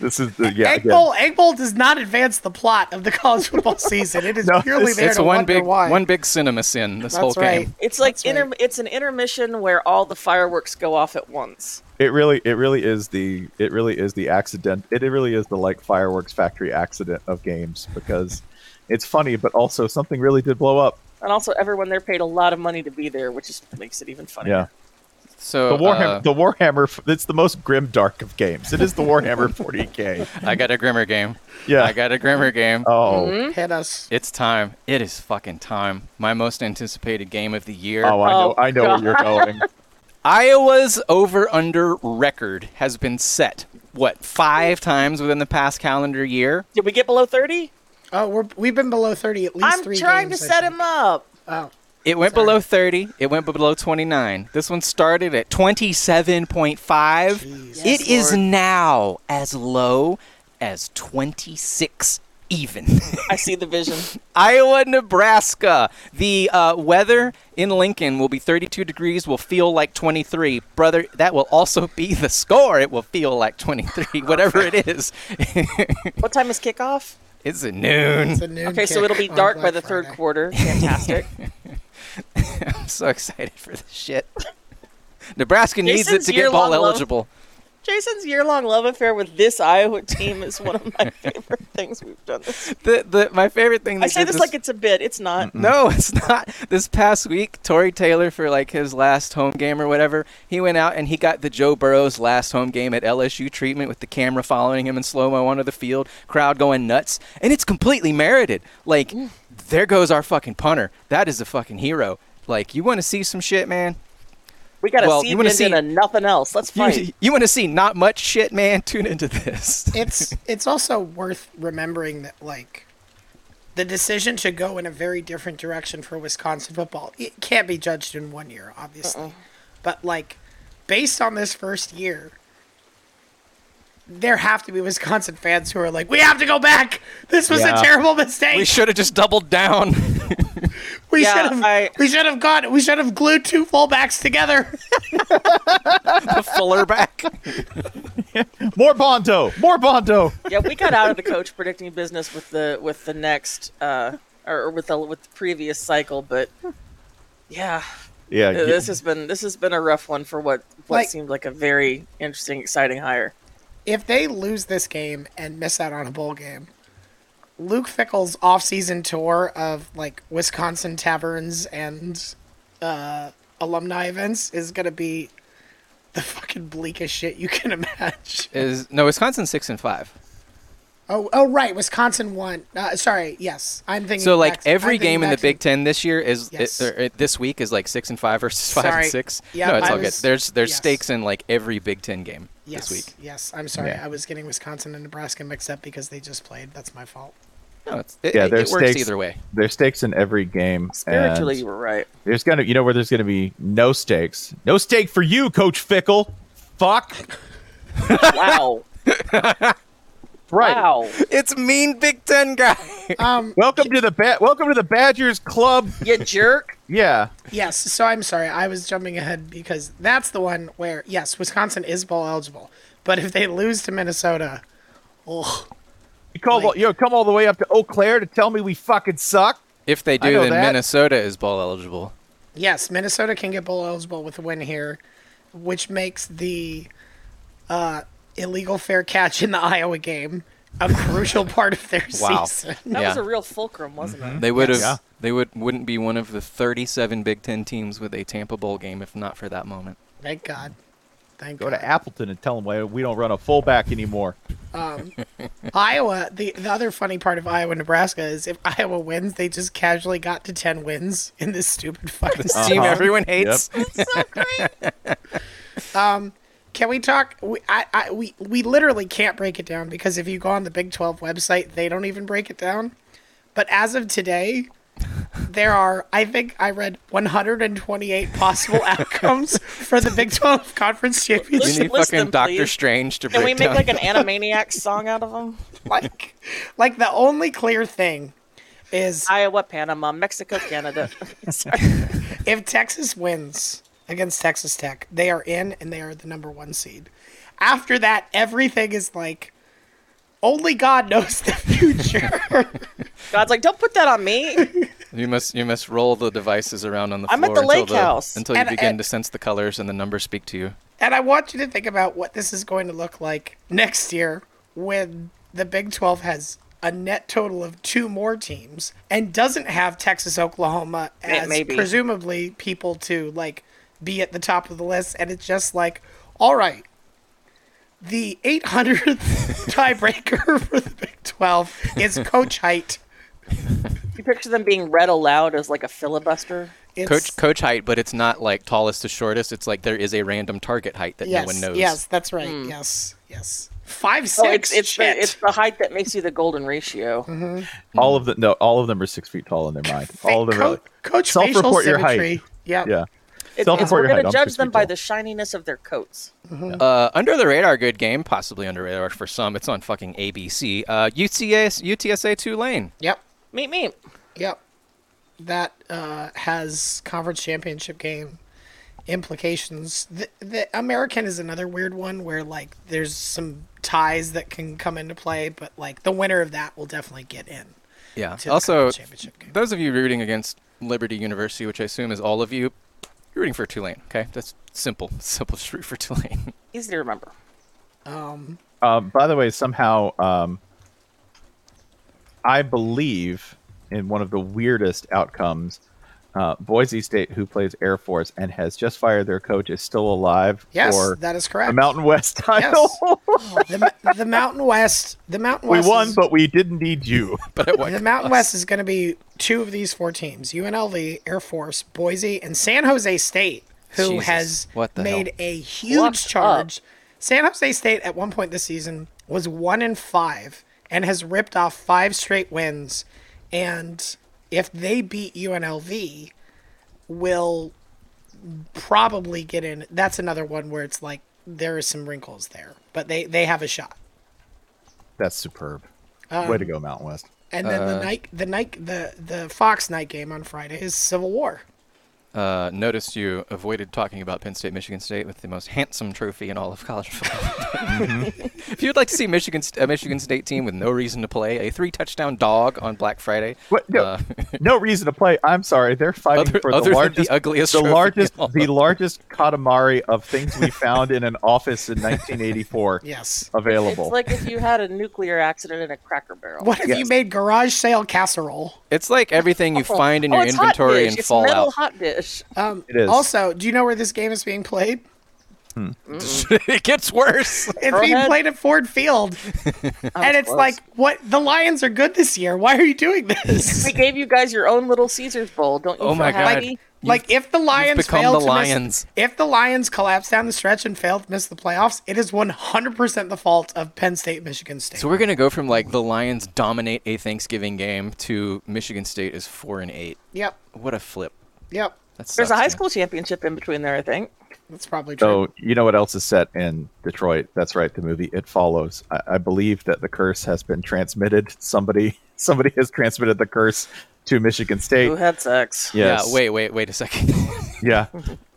D: This is the yeah.
B: Egg
D: again.
B: Bowl Egg Bowl does not advance the plot of the college football season. It is
D: No,
B: purely
D: it's-
B: there
C: It's
B: to
C: one
B: wonder
C: big
B: why.
C: one big cinema sin. This
B: That's
C: whole
B: right.
C: game.
A: It's like
B: right.
A: inter- it's an intermission where all the fireworks go off at once.
D: It really, it really is the, it really is the accident. It, it really is the like fireworks factory accident of games because it's funny, but also something really did blow up.
A: And also, everyone there paid a lot of money to be there, which is, makes it even funnier.
D: Yeah, the
C: So
D: Warhammer,
C: uh,
D: the Warhammer. f- It's the most grim dark of games. It is the Warhammer 40k.
C: I got a grimmer game.
D: Yeah.
C: I got a grimmer game.
D: Oh,
B: Hit us.
C: It's time. It is fucking time. My most anticipated game of the year.
D: oh, I know,
A: Oh,
D: I know where you're going.
C: Iowa's over under record has been set. What, five times within the past calendar year?
A: Did we get below 30?
B: Oh, we're, we've been below thirty at least
A: I'm
B: three
A: trying
B: games,
A: to
B: I
A: set
B: think.
A: him up.
B: Oh,
C: It went below 30. It went below 29. This one started at 27.5. It is
A: Lord.
C: now as low as 26 even.
A: I see the vision.
C: Iowa, Nebraska. The uh, weather in Lincoln will be 32 degrees, will feel like 23. Brother, that will also be the score. It will feel like 23, whatever it is.
A: What time is kickoff?
C: it's at noon.
B: it's a noon
A: Okay, so
B: kick
A: it'll be
B: on
A: dark by
B: Black
A: the third
B: Friday.
A: quarter. Fantastic.
C: I'm so excited for this shit. Nebraska needs it
A: Jason's
C: to get
A: year-long
C: ball
A: low.
C: eligible.
A: Jason's year-long love affair with this Iowa team is one of my favorite things we've done. This.
C: The, the, my favorite thing.
A: I
C: they
A: say
C: did
A: this like it's a bit. It's not.
C: No, it's not. This past week, Tory Taylor for like his last home game or whatever, he went out and he got the Joe Burrow's last home game at LSU treatment with the camera following him in slow mo onto the field, crowd going nuts, and it's completely merited. Like,
A: Mm.
C: there goes our fucking punter. That is a fucking hero. Like, you want to see some shit, man?
A: We got to
C: Well,
A: see
C: you wanna see-
A: Minden and nothing else. Let's
C: You,
A: fight.
C: you want to see not much shit, man? Tune into this.
B: It's it's also worth remembering that like the decision should go in a very different direction for Wisconsin football. It can't be judged in one year, obviously, but like based on this first year. There have to be Wisconsin fans who are like, we have to go back. This was
D: Yeah.
B: a terrible
C: We
B: mistake.
C: should have just doubled down.
B: We
A: Yeah,
B: should have,
A: I-
B: we should have got, we should have glued two fullbacks together.
C: the fuller back.
D: More Bondo, more Bondo.
A: yeah, we got out of the coach predicting business with the with the next uh, or with the with the previous cycle, but yeah,
D: Uh, Yeah, you-
A: this has been this has been a rough one for what what
B: Like-
A: seemed like a very interesting, exciting hire.
B: if they lose this game and miss out on a bowl game, Luke Fickle's off-season tour of like Wisconsin taverns and uh, alumni events is gonna be the fucking bleakest shit you can imagine.
C: Is no Wisconsin six and five.
B: Oh, oh, right. Wisconsin won. Uh, sorry. Yes, I'm thinking.
C: So like
B: Max-
C: every
B: I'm thinking
C: game in the
B: Max-
C: Big Ten this year is
B: Yes.
C: it, or this week is like six and five versus five
B: Sorry.
C: and six.
B: Yeah,
C: no, it's
B: I
C: all
B: was-
C: good. There's there's
B: yes.
C: stakes in like every Big Ten game
B: Yes,
C: this week.
B: yes. I'm sorry.
D: Yeah.
B: I was getting Wisconsin and Nebraska mixed up because they just played. That's my fault.
C: No, it's, it,
D: Yeah,
C: it,
D: there's
C: it works
D: stakes
C: either way.
D: There's stakes in every game.
A: Spiritually,
D: and
A: you were right.
D: there's gonna you know where there's gonna be no stakes. No stake for you, Coach Fickle. Fuck.
A: Wow.
D: Right.
A: Wow.
C: It's mean Big Ten guy.
D: Welcome to the ba- welcome to the Badgers Club.
A: You jerk.
D: Yeah.
B: Yes. So I'm sorry. I was jumping ahead because that's the one where yes, Wisconsin is bowl eligible, but if they lose to Minnesota, oh,
D: You call
B: Like-
D: you know, come all the way up to Eau Claire to tell me we fucking suck.
C: if they
D: I
C: do,
D: know
C: then
D: that.
C: Minnesota is bowl eligible.
B: yes, Minnesota can get bowl eligible with a win here, which makes the uh, illegal fair catch in the Iowa game a crucial part of their
C: Wow.
B: season.
A: That
C: yeah,
A: was a real fulcrum, wasn't
D: Mm-hmm.
A: it?
C: they would have.
D: Yes.
C: They would wouldn't be one of the 37 Big Ten teams with a Tampa Bowl game if not for that moment.
B: Thank God. Thank
D: Go
B: God.
D: to Appleton and tell them why we don't run a fullback anymore.
B: Iowa, the, the other funny part of Iowa Nebraska is if Iowa wins, they just casually got to 10 wins in this stupid fucking
C: This team
D: Uh-huh.
C: everyone hates.
B: Can we talk? We, I, I, we, we literally can't break it down because if you go on the Big 12 website, they don't even break it down. But as of today, there are, I think I read 128 possible outcomes for the Big 12 Conference
C: You
B: Championship.
C: need
A: List them,
C: fucking Doctor
A: please.
C: Strange to break
A: Can we make
C: down.
A: like an Animaniacs song out of them?
B: Like, like the only clear thing is
A: Iowa, Panama, Mexico, Canada.
B: if Texas wins against Texas Tech, they are in and they are the number one seed. After that, everything is like only God knows the future.
A: God's like, don't put that on me.
C: You must you must roll the devices around on the
A: I'm
C: floor
A: at the
C: until
A: lake house.
C: until you
B: And-
C: begin
B: and-
C: to sense the colors and the numbers speak to you.
B: and I want you to think about what this is going to look like next year when the Big 12 has a net total of two more teams and doesn't have Texas Oklahoma as
A: maybe.
B: presumably people to like be at the top of the list and it's just like all right the 800th tiebreaker for the Big 12 is coach height
A: You picture them being read aloud as like a filibuster.
B: it's,
C: Coach coach height, but it's not like tallest to shortest. It's like there is a random target height that
B: yes,
C: no one knows.
B: yes that's right yes yes 5 6
A: Hmm. Oh, it's it's
B: shit.
A: the, it's the height that makes you the golden ratio.
D: Mm-hmm. All of them no, all of them are six feet tall in their mind. All of them
B: Co-
D: are,
B: coach facial
D: Self-report your height.
B: symmetry. Yeah.
D: Yeah.
A: It's,
D: Self-report
A: it's, we're
D: your
A: going
D: height.
A: to
D: I'm
A: judge
D: six
A: them
D: feet
A: by
D: tall.
A: the shininess of their coats.
C: Uh, under the radar, good game, possibly under radar for some. It's on fucking ABC. Uh, UTS UTSA Tulane.
B: Yep.
A: Meet me.
B: Yep. That uh, has conference championship game implications. The, the American is another weird one where like there's some ties that can come into play, but like the winner of that will definitely get in.
C: Yeah.
B: to the
C: Also,
B: conference championship game.
C: those of you rooting against Liberty University, which I assume is all of you, you're rooting for Tulane. Okay, that's simple. Simple. Just root for Tulane.
A: Easy to remember.
D: Um, by the way, somehow um, I believe in one of the weirdest outcomes. Uh, Boise State, who plays Air Force and has just fired their coach, is still alive
B: Yes,
D: for
B: that is
D: a
B: correct.
D: Mountain West title.
B: Yes. the, Ma- the Mountain West, the Mountain
D: we
B: West
D: won,
B: is-
D: but we didn't need you.
C: But at what
B: the Mountain West is going to be two of these four teams: UNLV, Air Force, Boise, and San Jose State, who
C: Jesus,
B: has
C: what the
B: made
C: hell?
B: a huge
A: Plucked
B: charge. San Jose State at one point this season was one in five and has ripped off five straight wins, and if they beat UNLV, will probably get in. That's another one where it's like there are some wrinkles there, but they they have a shot.
D: That's superb.
B: Uh,
D: Way to go, Mountain West.
B: And then the night, the night, the the Fox night game on Friday is Civil War.
C: Uh, noticed you avoided talking about Penn State, Michigan State with the most handsome trophy in all of college football.
A: Mm-hmm.
C: if you'd like to see Michigan, St- a Michigan State team with no reason to play, a three touchdown dog on Black Friday.
D: What? No,
C: uh,
D: no reason to play. I'm sorry. They're fighting
C: Other-
D: for
C: other
D: the
C: than the
D: largest,
C: ugliest
D: the
C: trophy
D: largest,
C: in all
D: the
C: of-
D: largest katamari of things we found in an office in 1984
B: Yes.
A: It's
D: available.
A: like if you had a nuclear accident in a cracker barrel.
B: What if you made garage sale casserole?
C: it's like everything you find in
A: Oh,
C: your
A: it's hot
C: inventory
A: dish.
C: and
A: it's
C: fall
A: metal
C: out.
A: hot dish.
B: Um,
D: It is.
B: Also, do you know where this game is being played?
C: it gets worse.
B: It's being
A: Arrowhead?
B: played at Ford Field, and it's
A: close.
B: like, what? The Lions are good this year. Why are you doing this?
A: We gave you guys your own little Caesar's bowl. Don't you
C: Oh
A: feel
C: my God.
A: happy?
B: like if the Lions
C: become
B: fail
C: the
B: to miss-
C: Lions.
B: if the Lions collapse down the stretch and fail to miss the playoffs, it is 100% the fault of Penn State, Michigan State.
C: So we're gonna go from like the Lions dominate a Thanksgiving game to Michigan State is four and eight.
B: yep,
C: What a flip.
B: yep,
C: That's
A: There's a high school championship in between there, I think.
B: that's probably true.
D: So you know what else is set in Detroit? That's right, the movie It Follows. I, I believe that the curse has been transmitted. Somebody, somebody has transmitted the curse to Michigan State.
A: Who had sex?
D: Yes.
C: Yeah. Wait. Wait. Wait a second.
D: Yeah.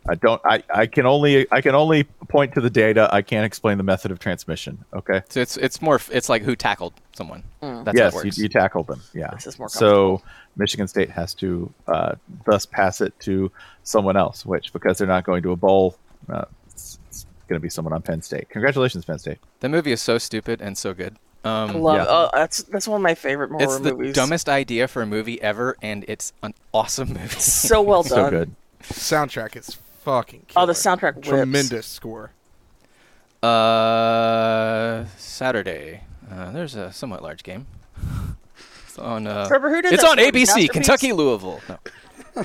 D: I don't. I, I can only. I can only point to the data. I can't explain the method of transmission. Okay.
C: so it's it's more. f- It's like who tackled someone.
A: Hmm.
C: That's
D: yes,
C: how it works.
D: You, you tackle them. Yeah.
A: This is more
D: so Michigan State has to uh, thus pass it to someone else, which because they're not going to a bowl, uh, it's, it's going to be someone on Penn State. Congratulations, Penn State.
C: the movie is so stupid and so good. Um,
A: I love.
D: Yeah.
A: Oh, that's that's one of my favorite horror
C: it's the
A: movies.
C: dumbest idea for a movie ever, and it's an awesome movie.
A: So well done.
D: So good.
E: Soundtrack is fucking. Killer.
A: Oh, the soundtrack whips.
E: Tremendous score.
C: Uh, Saturday. Uh, there's a somewhat large game. It's on. Uh,
A: Trevor, who did
C: it's
A: that
C: on
A: sort of
C: ABC.
A: masterpiece?
C: Kentucky Louisville. No.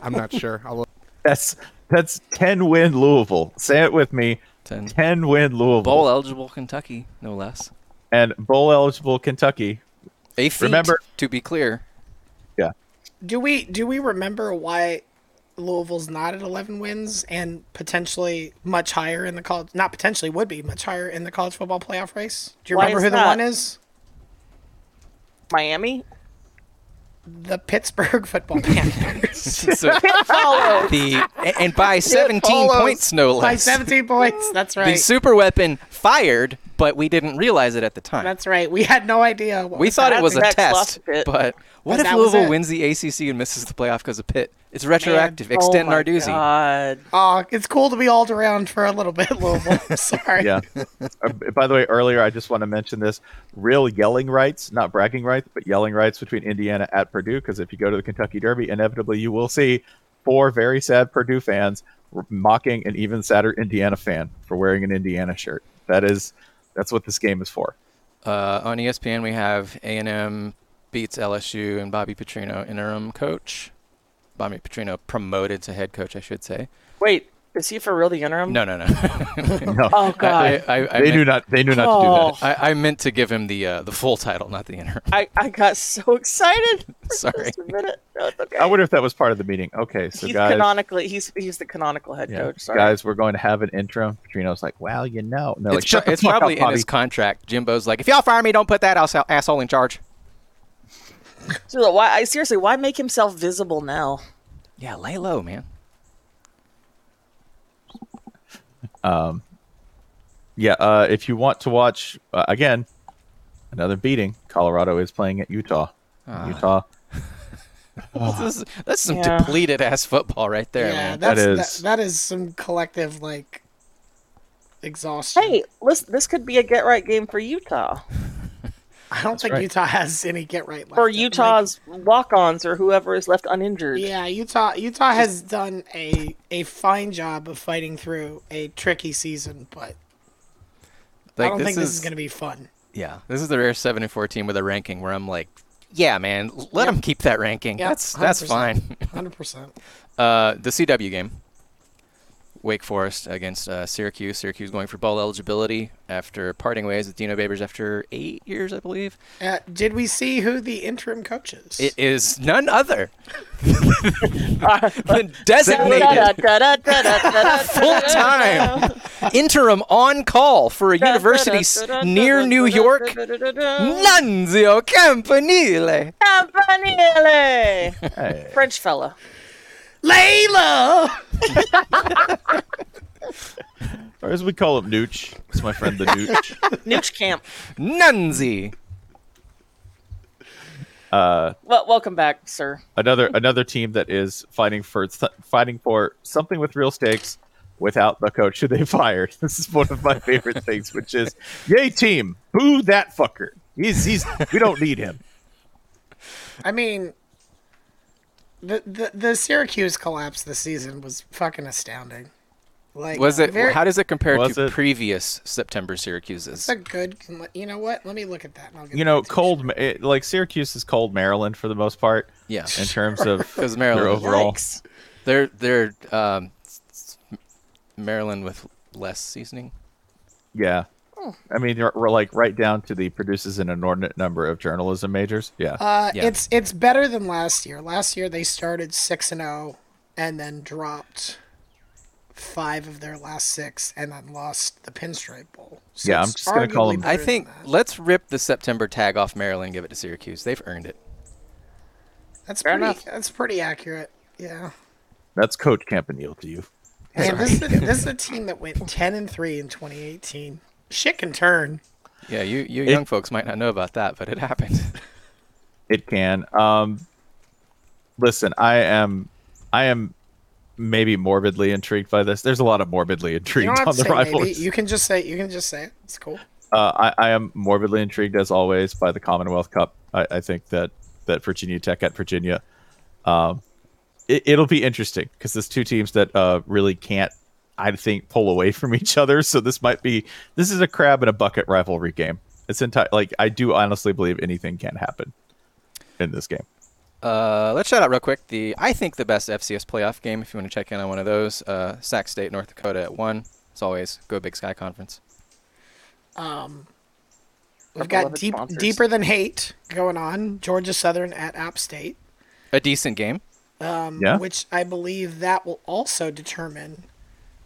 E: I'm not sure. I'll look.
D: That's that's ten win Louisville. Say it with me.
C: 10.
D: Ten win Louisville
C: Bowl eligible Kentucky, no less.
D: and bowl eligible Kentucky.
C: A feat,
D: Remember-
C: to be clear.
D: Yeah.
B: Do we do we remember why Louisville's not at 11 wins and potentially much higher in the college? Not potentially would be much higher in the college football playoff race. Do you
A: Why
B: remember
A: is
B: who the
A: that?
B: one is?
A: Miami.
B: The Pittsburgh Football Panthers
C: So
A: Follow.
C: the a- and by 17
E: follows.
C: points, no less.
B: by 17 points. That's
C: The
B: right.
C: super weapon fired, but we didn't realize it at the time.
B: That's right. We had no idea. What
C: we
B: was
C: thought
B: that.
C: it was a
A: Rex
C: test,
A: lost it.
C: but what
B: But
C: if
B: that was
C: Louisville
B: it.
C: wins the ACC and misses the playoff because of Pitt? It's retroactive. Extend
A: oh my
C: Narduzzi.
A: God.
B: Aw, it's cool to be all around for a little bit, Louisville. I'm sorry.
D: Yeah. Uh, By the way, earlier I just want to mention this real yelling rights, not bragging rights, but yelling rights between Indiana at Purdue. Because if you go to the Kentucky Derby, inevitably you will see four very sad Purdue fans r- mocking an even sadder Indiana fan for wearing an Indiana shirt. That is, that's what this game is for.
C: Uh, on ESPN, we have A&M beats LSU and Bobby Petrino interim coach. Bobby Petrino promoted to head coach, I should say.
A: Wait, is he for real the interim?
C: No, no, no.
D: No,
A: Oh God.
C: I, I, I,
D: they
C: meant,
D: knew not. They knew not to do that.
A: Oh.
C: I, I meant to give him the uh, the full title, not the interim.
A: I, I got so excited.
C: Sorry.
A: Just a minute. No, it's okay.
D: I wonder if that was part of the meeting. Okay, so
A: Oh. he's
D: guys,
A: canonically he's he's the canonical head
D: yeah,
A: coach. Sorry.
D: guys, we're going to have an interim. Petrino's like, well, you know, and they're like,
C: It's, pro-
D: shut the
C: it's
D: fuck up,
C: probably in
D: Bobby.
C: his contract. Jimbo's like, if y'all fire me, don't put that ass- asshole in charge.
A: So why I seriously why make himself visible now?
C: Yeah, lay low, man.
D: Yeah, uh, if you want to watch uh, again another beating, Colorado is playing at Utah.
C: Ah.
D: Utah,
C: This is, that's some
A: Yeah.
C: depleted ass football right there,
B: Yeah,
C: man.
B: that's,
D: That
B: that
D: is-
B: is that is some collective like exhaustion.
A: Hey, listen, this could be a get right game for Utah.
B: I don't think
D: right.
B: Utah has any get right left.
A: For
B: Like,
A: Utah's walk ons or whoever is left uninjured.
B: Yeah, Utah Utah has done a a fine job of fighting through a tricky season, but I
C: Like,
B: don't think this is going to be fun.
C: Yeah, this is the rare seven and four team with a ranking where I'm like, yeah, man, l- let them keep that ranking.
B: Yeah,
C: that's that's
B: 100%.
C: fine.
B: 100%.
C: Uh, the CW game, Wake Forest against uh, Syracuse. Syracuse going for bowl eligibility after parting ways with Dino Babers after eight years, I believe.
B: Uh, did we see who the interim coach is?
C: It is none other than
A: Da-da-da,
C: designated
A: da-da-da-da-da-da.
C: full time interim on call for a university s- near New York. Nunzio oh, Campanile.
A: Campanile.
D: hey,
A: French fella.
B: Layla.
D: or as we call him, Nooch. It's my friend the Nooch.
A: Nooch Camp.
C: Nunzi.
A: Well, welcome back, sir.
D: another another team that is fighting for th- fighting for something with real stakes without the coach who they fired. This is one of my favorite things, which is, yay team, boo that fucker. He's he's we don't need him.
B: I mean, the, the the Syracuse collapse this season was fucking astounding. Like
C: Was it?
B: very-
C: how does it compare
D: Was
C: to
D: it-
C: previous September Syracuses?
B: It's a good. You know what? Let me look at that. And I'll get
D: You know,
B: back to
D: cold Ma- it, like Syracuse is cold Maryland for the most part
C: Yeah,
D: in terms of
C: because
D: their
C: Maryland,
D: overall.
A: Yikes.
C: they're they're um, s- s- Maryland with less seasoning.
D: Yeah.
B: Hmm.
D: I mean, we're, we're like right down to the produces an inordinate number of journalism majors. Yeah.
B: Uh,
C: Yeah.
B: It's it's better than last year. Last year they started six and zero, and then dropped five of their last six, and then lost the Pinstripe Bowl. So
D: Yeah, I'm
B: it's
D: just gonna call
B: arguably
D: them-
C: I
B: better than
C: think
B: that.
C: let's rip the September tag off Maryland and give it to Syracuse. They've earned it.
B: that's
A: Fair
B: pretty.
A: enough.
B: That's pretty accurate. Yeah.
D: That's Coach Campanile to you.
B: And this is, the, this is the team that went ten and three in 2018. Shit can turn.
C: Yeah, you you young folks might not know about that, but it happened.
D: It can. Um, listen, I am, I am maybe morbidly intrigued by this. There's a lot of morbidly
B: You
D: intrigued
B: don't have
D: on
B: to
D: the
B: say maybe.
D: rivalries.
B: You can just say. You can just say it. It's cool.
D: Uh, I, I am morbidly intrigued as always by the Commonwealth Cup. I, I think that that Virginia Tech at Virginia, um, it, it'll be interesting because there's two teams that uh, really can't, I think, pull away from each other. So this might be this is a crab in a bucket rivalry game. It's entire like I do honestly believe anything can happen in this game.
C: Uh, let's shout out real quick the I think the best FCS playoff game. If you want to check in on one of those, uh, Sac State North Dakota at one. As always, go Big Sky Conference.
B: We've
A: Our
B: got
A: beloved
B: deep,
A: sponsors.
B: deeper than hate going on. Georgia Southern at App State.
C: A decent game.
D: yeah,
B: which I believe that will also determine.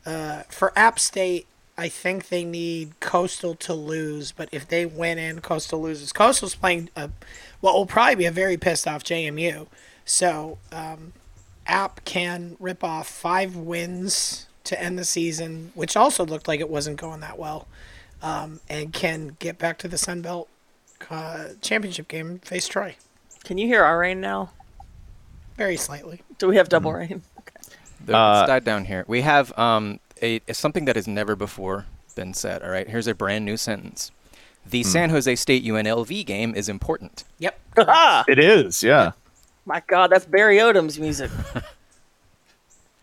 B: Uh, for App State, I think they need Coastal to lose, but if they win and Coastal loses, Coastal's playing a, what will probably be a very pissed off JMU. So um, App can rip off five wins to end the season, which also looked like it wasn't going that well, um, and can get back to the Sun Belt uh, championship game and face Troy
A: Can you hear our rain now?
B: very slightly.
A: Do we have double rain? Okay.
C: The, it's died down here. We have um, a, something that has never before been said. All right, here's a brand new sentence. The San Jose State UNLV game is important.
B: Yep.
A: Ah,
D: it is. Yeah,
A: my God, that's Barry Odom's music.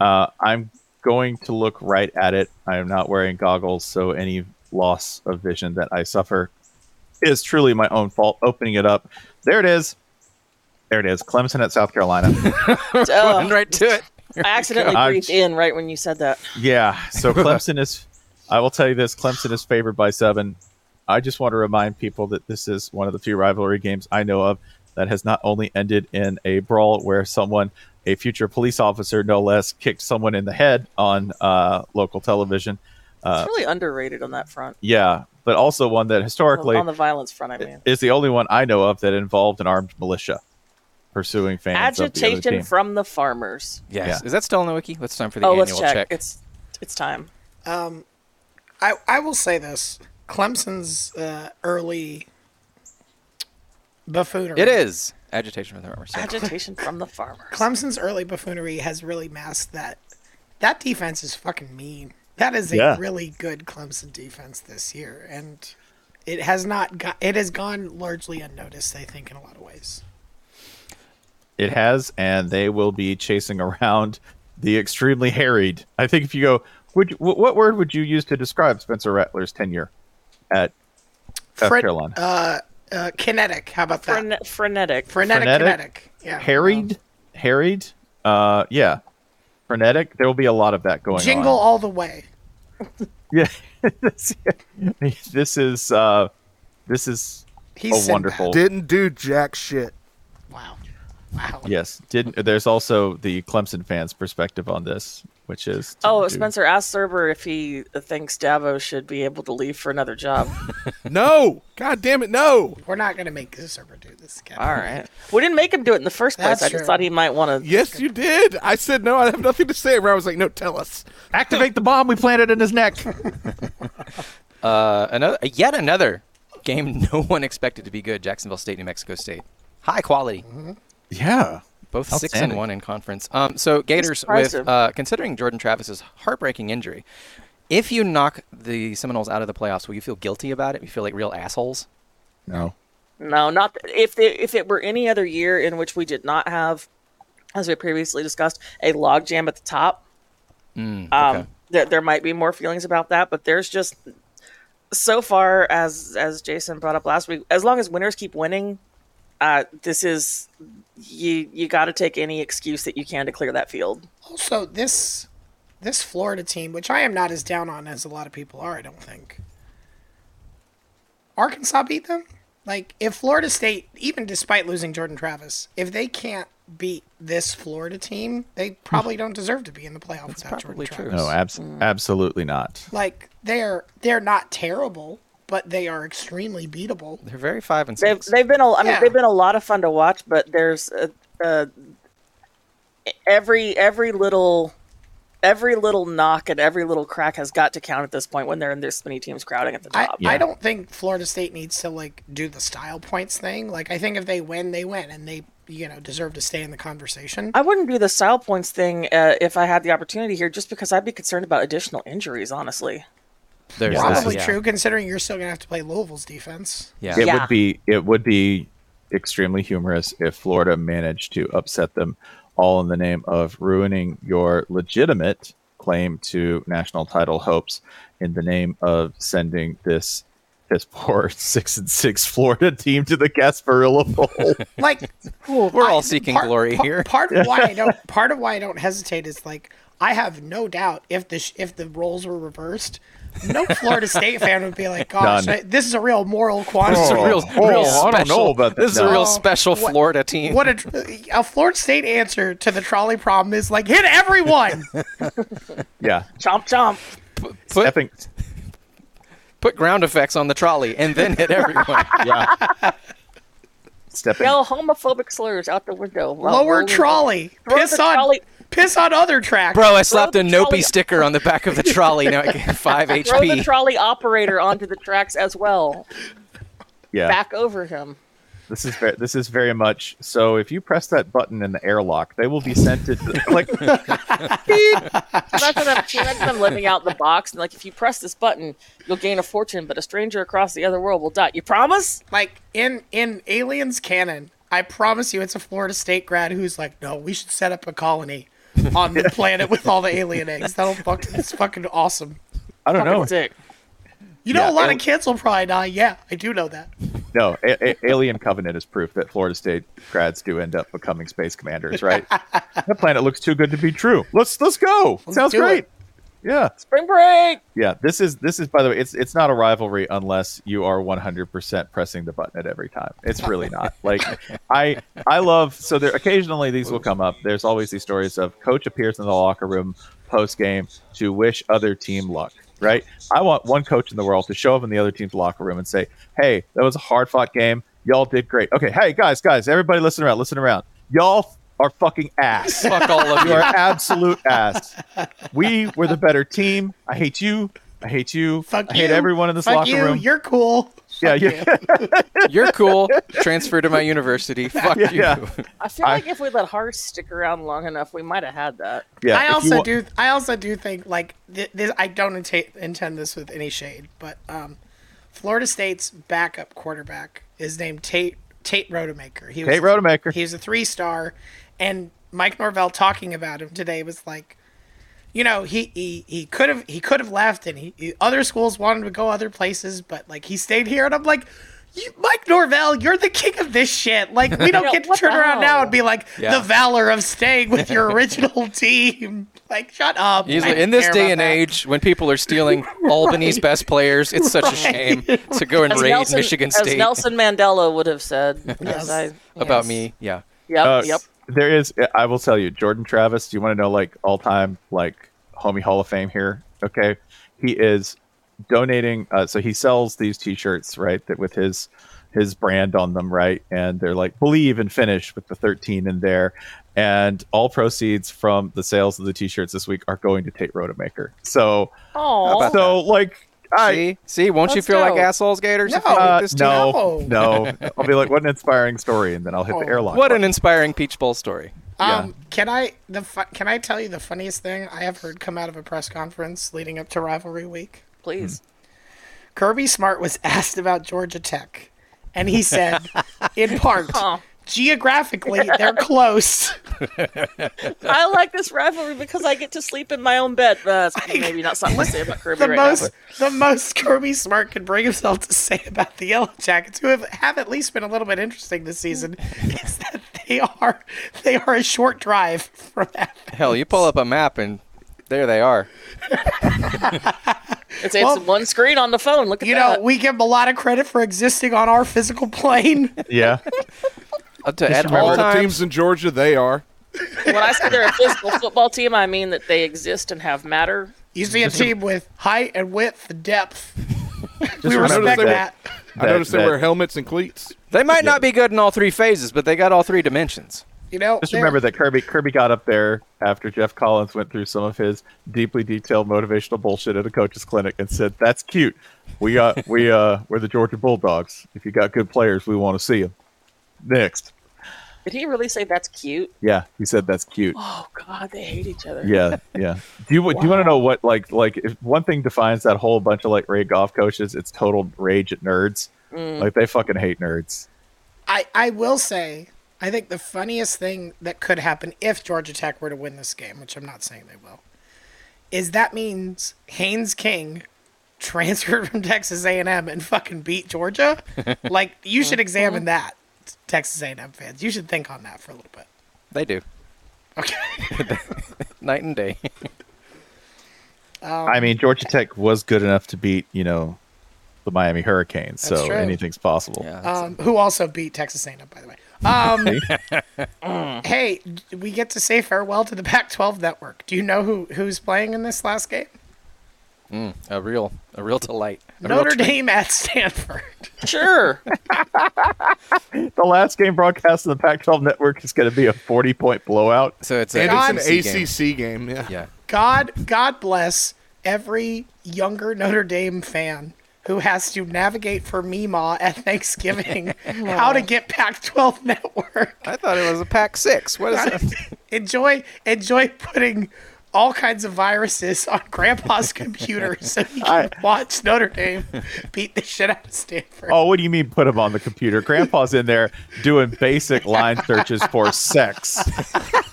D: uh, I'm going to look right at it. I am not wearing goggles, so any loss of vision that I suffer is truly my own fault. Opening it up, there it is. There it is. Clemson at South Carolina.
A: Oh.
C: Run right to it.
A: I accidentally
D: I'm
A: breathed
D: j-
A: in right when you said that.
D: yeah. So Clemson is. I will tell you this: Clemson is favored by seven. I just want to remind people that this is one of the few rivalry games I know of that has not only ended in a brawl where someone, a future police officer no less, kicked someone in the head on uh, local television.
A: it's really underrated on that front.
D: Yeah, but also one that historically
A: on the violence front, I mean.
D: is the only one I know of that involved an armed militia pursuing fans. of the other
A: Agitation
D: team.
A: from the farmers.
C: Yes.
D: Yeah.
C: Is that still on the wiki? Let's time for the
A: oh,
C: annual
A: let's check. It's it's time.
B: I, I will say this Clemson's uh, early buffoonery.
C: It is agitation for the farmers. Yeah.
A: Agitation from the farmers.
B: Clemson's early buffoonery has really masked that. That defense is fucking mean. That is a
D: Yeah.
B: really good Clemson defense this year, and it has not got. It has gone largely unnoticed. I think in a lot of ways.
D: It has, and they will be chasing around the extremely harried. I think if you go, would you, wh- what word would you use to describe Spencer Rattler's tenure at South
B: Fred-
D: Carolina?
B: Uh, kinetic. How about that?
A: Frene- frenetic.
B: frenetic,
D: frenetic?
B: kinetic. Yeah.
D: harried, harried. Uh, yeah, frenetic. There will be a lot of that going on.
B: Jingle all the way.
D: Yeah, this, this is uh, this is
B: He's
D: a
B: Sinbad.
D: wonderful.
E: Didn't do jack shit.
B: Wow. Wow.
D: Yes, didn't. There's also the Clemson fans' perspective on this, which is
A: Oh,
D: dude,
A: Spencer asked Server if he thinks Davo should be able to leave for another job.
E: No, god damn it, no.
B: We're not gonna make this server do this again.
A: All right. We didn't make him do it in the first place.
B: That's
A: I just
B: true.
A: thought he might want to.
E: Yes, you did. I said no. I have nothing to say. Where I was like, no, tell us.
D: Activate the bomb we planted in his neck.
C: Uh, another, yet another game no one expected to be good. Jacksonville State, New Mexico State, high quality.
D: yeah,
C: Both six and
D: Outstanding.
C: one in conference. Um, so Gators with
A: surprised him.
C: uh, considering Jordan Travis's heartbreaking injury. If you knock the Seminoles out of the playoffs, will you feel guilty about it? You feel like real assholes.
D: no.
A: No, not if the, if it were any other year in which we did not have, as we previously discussed, a logjam at the top. um, there, there might be more feelings about that, but there's just so far as as Jason brought up last week, as long as winners keep winning, uh, this is you you got to take any excuse that you can to clear that field.
B: Also, this this Florida team, which I am not as down on as a lot of people are, I don't think. Arkansas beat them. Like if Florida State, even despite losing Jordan Travis, if they can't beat this Florida team, they probably don't deserve to be in the playoff without Jordan
C: Probably true.
B: Travis.
D: No, abs- absolutely not.
B: Like they're they're not terrible, but they are extremely beatable.
C: They're very five and
A: They've
C: six.
A: they've been a I mean
B: Yeah.
A: they've been a lot of fun to watch, but there's uh uh every every little every little knock and every little crack has got to count at this point when they're in their spinny teams crowding at the
B: I,
A: top.
B: I don't think Florida State needs to like do the style points thing. Like I think if they win, they win, and they you know deserve to stay in the conversation.
A: I wouldn't do the style points thing uh, if I had the opportunity here, just because I'd be concerned about additional injuries. Honestly,
C: There's that,
B: Probably
C: yeah.
B: true, considering you're still gonna have to play Louisville's defense.
C: Yeah.
D: It
A: Yeah.
D: would be it would be extremely humorous if Florida managed to upset them all in the name of ruining your legitimate claim to national title hopes in the name of sending this piss poor six and six Florida team to the Gasparilla Bowl.
B: Like
C: We're all
B: I-
C: seeking
B: part-
C: glory
B: par-
C: here.
B: Part of why I don't part of why I don't hesitate is like I have no doubt if the sh- if the roles were reversed, no Florida State fan would be like, "Gosh,
D: Done.
B: I, this is a real moral quandary."
C: It's a real,
D: Oh,
C: real
D: I
C: special.
D: don't know about
C: this is
D: that.
C: a real
B: Oh,
C: special
B: what-
C: Florida team.
B: What a, tr- a Florida State answer to the trolley problem is like hit everyone.
D: yeah.
A: chomp chomp.
C: put,
D: Effing,
C: put ground effects on the trolley and then hit everyone.
D: yeah. Stepping
A: Yell homophobic slurs out the window. while
B: Lower
A: rolling-
B: trolley.
A: Throw
B: Piss
A: the
B: on
A: trolley-
B: piss on other tracks.
C: Bro, I slapped a
A: the trolley-
C: Nopey sticker on the back of the trolley. Now I get five
A: Throw the
C: HP.
A: trolley operator onto the tracks as well.
D: yeah.
A: Back over him.
D: This is very, this is very much so. If you press that button in the airlock, they will be sent to like
A: Imagine them, imagine them living out in the box and like if you press this button, you'll gain a fortune, but a stranger across the other world will die. You promise?
B: Like in in Aliens canon, I promise you, it's a Florida State grad who's like, "No, we should set up a colony on the planet with all the alien eggs. That'll fuck. It's fucking awesome."
D: I don't know.
A: Fucking dick.
B: You know, a
D: Yeah,
B: lot
D: and-
B: of kids will probably die. Yeah, I do know that.
D: No, a- A- Alien Covenant is proof that Florida State grads do end up becoming space commanders, right? that planet looks too good to be true. Let's let's go. Sounds
B: do
D: great.
B: it.
D: Yeah,
A: Spring break.
D: yeah. This is this is by the way, it's it's not a rivalry unless you are 100% pressing the button at every time. It's really not. Like I I love so there occasionally these will come up. There's always these stories of coach appears in the locker room post game to wish other team luck. Right? I want one coach in the world to show up in the other team's locker room and say, "Hey, that was a hard fought game. Y'all did great. Okay, hey guys, guys, everybody, listen around, listen around. Y'all are fucking ass.
C: Fuck all of
D: You
C: you.
D: are absolute ass. We were the better team. I hate you. I hate you.
B: Fuck
D: I hate
B: you.
D: everyone in this
B: Fuck
D: locker
B: you.
D: room.
B: You're cool.
D: yeah, yeah, yeah,
C: You're cool. Transfer to my university. Fuck you.
D: yeah.
A: I feel
D: I-
A: like if we let Harsh stick around long enough, we might have had that.
B: I
D: if you
B: also
D: want-
B: do. I also do think like th- this. I don't inta- intend this with any shade, but um, Florida State's backup quarterback is named Tate Tate Rodemaker. He was
D: Tate Rodemaker.
B: He was a three star, and Mike Norvell talking about him today was like, you know, he he he could have he could have left, and he, he- other schools wanted to go other places, but like he stayed here, and I'm like. You, Mike Norvell, you're the king of this shit. Like we don't
A: Yeah,
B: get to
A: what the
B: turn around now
A: hell?
B: and be like
C: Yeah.
B: the valor of staying with your original team. Like shut up. I
C: Usually,
B: don't
C: in this
B: care
C: day
B: about
C: and
B: that.
C: age, when people are stealing Albany's best players, it's such a shame to go and
A: As
C: raid
A: Nelson,
C: Michigan
A: as
C: State
A: Nelson Mandela would have said. As I-
C: about
A: yes.
C: me. Yeah.
A: Yep.
D: Uh,
A: yep.
D: There is. I will tell you, Jordan Travis. Do you want to know like all time like homie Hall of Fame here? Okay, he is donating. Uh, so he sells these T-shirts right that with his his brand on them right, and they're like believe and finish with the thirteen in there. And all proceeds from the sales of the T-shirts this week are going to Tate Rodemaker. So,
A: Oh,
D: so like I.
C: See, see, won't you
A: Let's
C: feel like
A: go.
C: assholes, Gators? if
B: No.
C: you hate
D: Uh,
C: Oh, this team?
D: no, no. I'll be like, what an inspiring story, and then I'll hit the
B: Oh.
D: airlock.
C: What an inspiring Peach Bowl story.
B: Um, can I the fu- can I tell you the funniest thing I have heard come out of a press conference leading up to rivalry week?
A: please.
B: Kirby Smart was asked about Georgia Tech, and he said, in part, geographically, they're close.
A: I like this rivalry because I get to sleep in my own bed. Uh, that's maybe not something to say about Kirby
B: the
A: right
B: most
A: now.
B: the most Kirby Smart could bring himself to say about the Yellow Jackets, who have, have at least been a little bit interesting this season, is that they are they are a short drive from that.
C: Hell, you pull up a map and there they are.
A: It's, it's one screen on the phone. Look at
B: You
A: that.
B: know, we give them a lot of credit for existing on our physical plane.
D: Yeah.
C: Uh, to- at
D: remember
E: All
C: all
E: the
C: times,
E: teams in Georgia, they are.
A: when I say they're a physical football team, I mean that they exist and have matter.
B: You see a team with height and width and depth. we
D: remember
B: respect that.
E: that- I
D: That-
E: noticed they
D: that-
E: wear helmets and cleats.
C: they might not be good in all three phases, but they got all three dimensions.
B: You know,
D: Just
B: they're-
D: remember that Kirby Kirby got up there after Jeff Collins went through some of his deeply detailed motivational bullshit at a coach's clinic and said, "That's cute. We got we uh we're the Georgia Bulldogs. If you got good players, we want to see them." Next,
A: Did he really say that's cute?
D: yeah, he said that's cute.
A: Oh God, they hate each other.
D: Yeah, yeah. Do you do you want to know what like like if one thing defines that whole bunch of like Ray golf coaches? It's total rage at nerds.
B: Mm.
D: Like they fucking hate nerds.
B: I, I will say, I think the funniest thing that could happen if Georgia Tech were to win this game, which I'm not saying they will, is that means Haynes King transferred from Texas A&M and fucking beat Georgia. like you
C: Uh-huh.
B: should examine that, Texas A&M fans. You should think on that for a little bit.
C: They do
B: Okay.
C: night and day.
B: Oh.
D: I mean, Georgia Tech was good enough to beat you know the Miami Hurricanes,
B: That's
D: so
B: true.
D: anything's possible.
B: Um, who also beat Texas A&M, by the way. Um, hey, we get to say farewell to the Pac-12 network. Do you know who who's playing in this last game?
C: A real, a real delight. A real
B: Notre
C: treat.
B: Dame at Stanford.
A: Sure.
D: The last game broadcast on the Pac-12 network is going to be a 40-point blowout.
C: So it's
E: And
C: a,
B: God,
E: it's an
C: ACC game.
E: ACC game. Yeah.
C: yeah.
B: God, God bless every younger Notre Dame fan who has to navigate for Mima at Thanksgiving how to get Pac-12 Network.
C: I thought it was a pack six. What is it?
B: enjoy, enjoy putting all kinds of viruses on Grandpa's computer so he can watch Notre Dame beat the shit out of Stanford.
D: Oh, what do you mean put him on the computer? Grandpa's in there doing basic line searches for sex.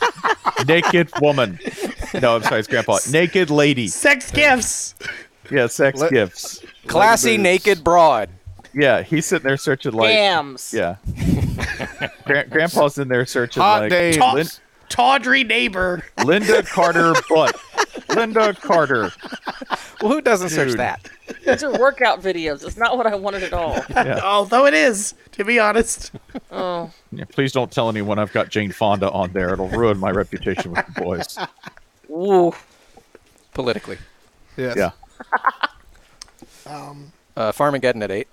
D: Naked woman. No, I'm sorry, it's Grandpa. Naked lady.
B: Sex gifts.
D: Yeah, sex
E: Let-
D: gifts.
C: Classy naked broad.
D: Yeah, he's sitting there searching like
A: Yams.
D: yeah. Gra- Grandpa's in there searching
E: Hot
D: like
E: days.
D: Lin-
B: Tawdry neighbor.
D: Linda Carter butt. Linda Carter.
C: Well, who doesn't search
D: Dude.
C: that?
A: These are workout videos. It's not what I wanted at all.
B: Although it is, to be honest.
A: Oh,
D: Yeah, please don't tell anyone I've got Jane Fonda on there. It'll ruin my reputation with the boys.
A: Woo.
C: Politically,
E: Yes.
D: Yeah.
C: uh, Farmageddon at eight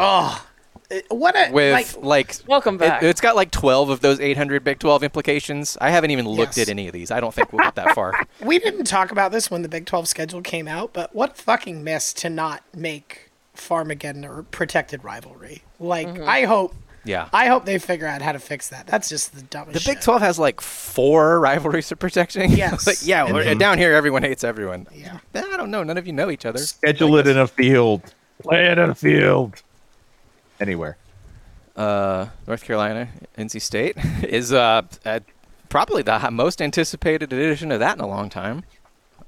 B: Oh, eh, what a
C: with
B: like,
C: like.
A: Welcome back.
C: it, has got like 12 of those 800 Big 12 implications. I haven't even looked
B: Yes.
C: at any of these. I don't think we'll get that far.
B: we didn't talk about this when the Big 12 schedule came out, but what a fucking miss to not make Farmageddon a protected rivalry. Like I hope
C: Yeah.
B: I hope they figure out how to fix that. That's just the dumbest
C: The Big
B: shit.
C: 12 has like four rivalries to protecting.
B: Yes.
C: but yeah, we're- down here, everyone hates everyone.
B: Yeah.
C: I don't know. None of you know each other.
D: Schedule it in a field. Play it in a field. Anywhere.
C: Uh, North Carolina, NC State is uh, uh probably the hi- most anticipated edition of that in a long time.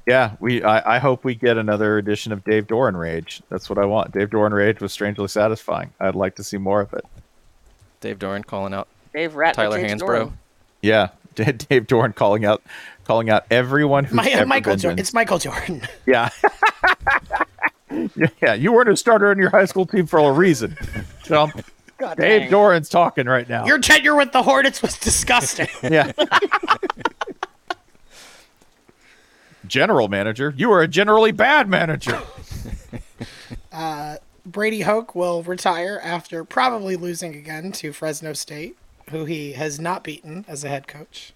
D: Yeah, we. I, I hope we get another edition of Dave Doran Rage. That's what I want. Dave Doran Rage was strangely satisfying. I'd like to see more of it.
C: Dave Doran calling out
A: Dave Rat.
C: Tyler
A: James
C: Hansbrough.
A: Doran.
D: Yeah, D- Dave Doran calling out, calling out everyone who's
B: My, uh,
D: ever
B: Michael
D: been
B: Jordan.
D: in-
B: It's Michael Jordan.
D: Yeah. yeah, yeah. You weren't a starter in your high school team for a reason. Trump. Dave
A: dang.
D: Doran's talking right now.
B: Your tenure with the Hornets was disgusting.
D: yeah. general manager. You were a generally bad manager.
B: Brady Hoke will retire after probably losing again to Fresno State, who he has not beaten as a head coach.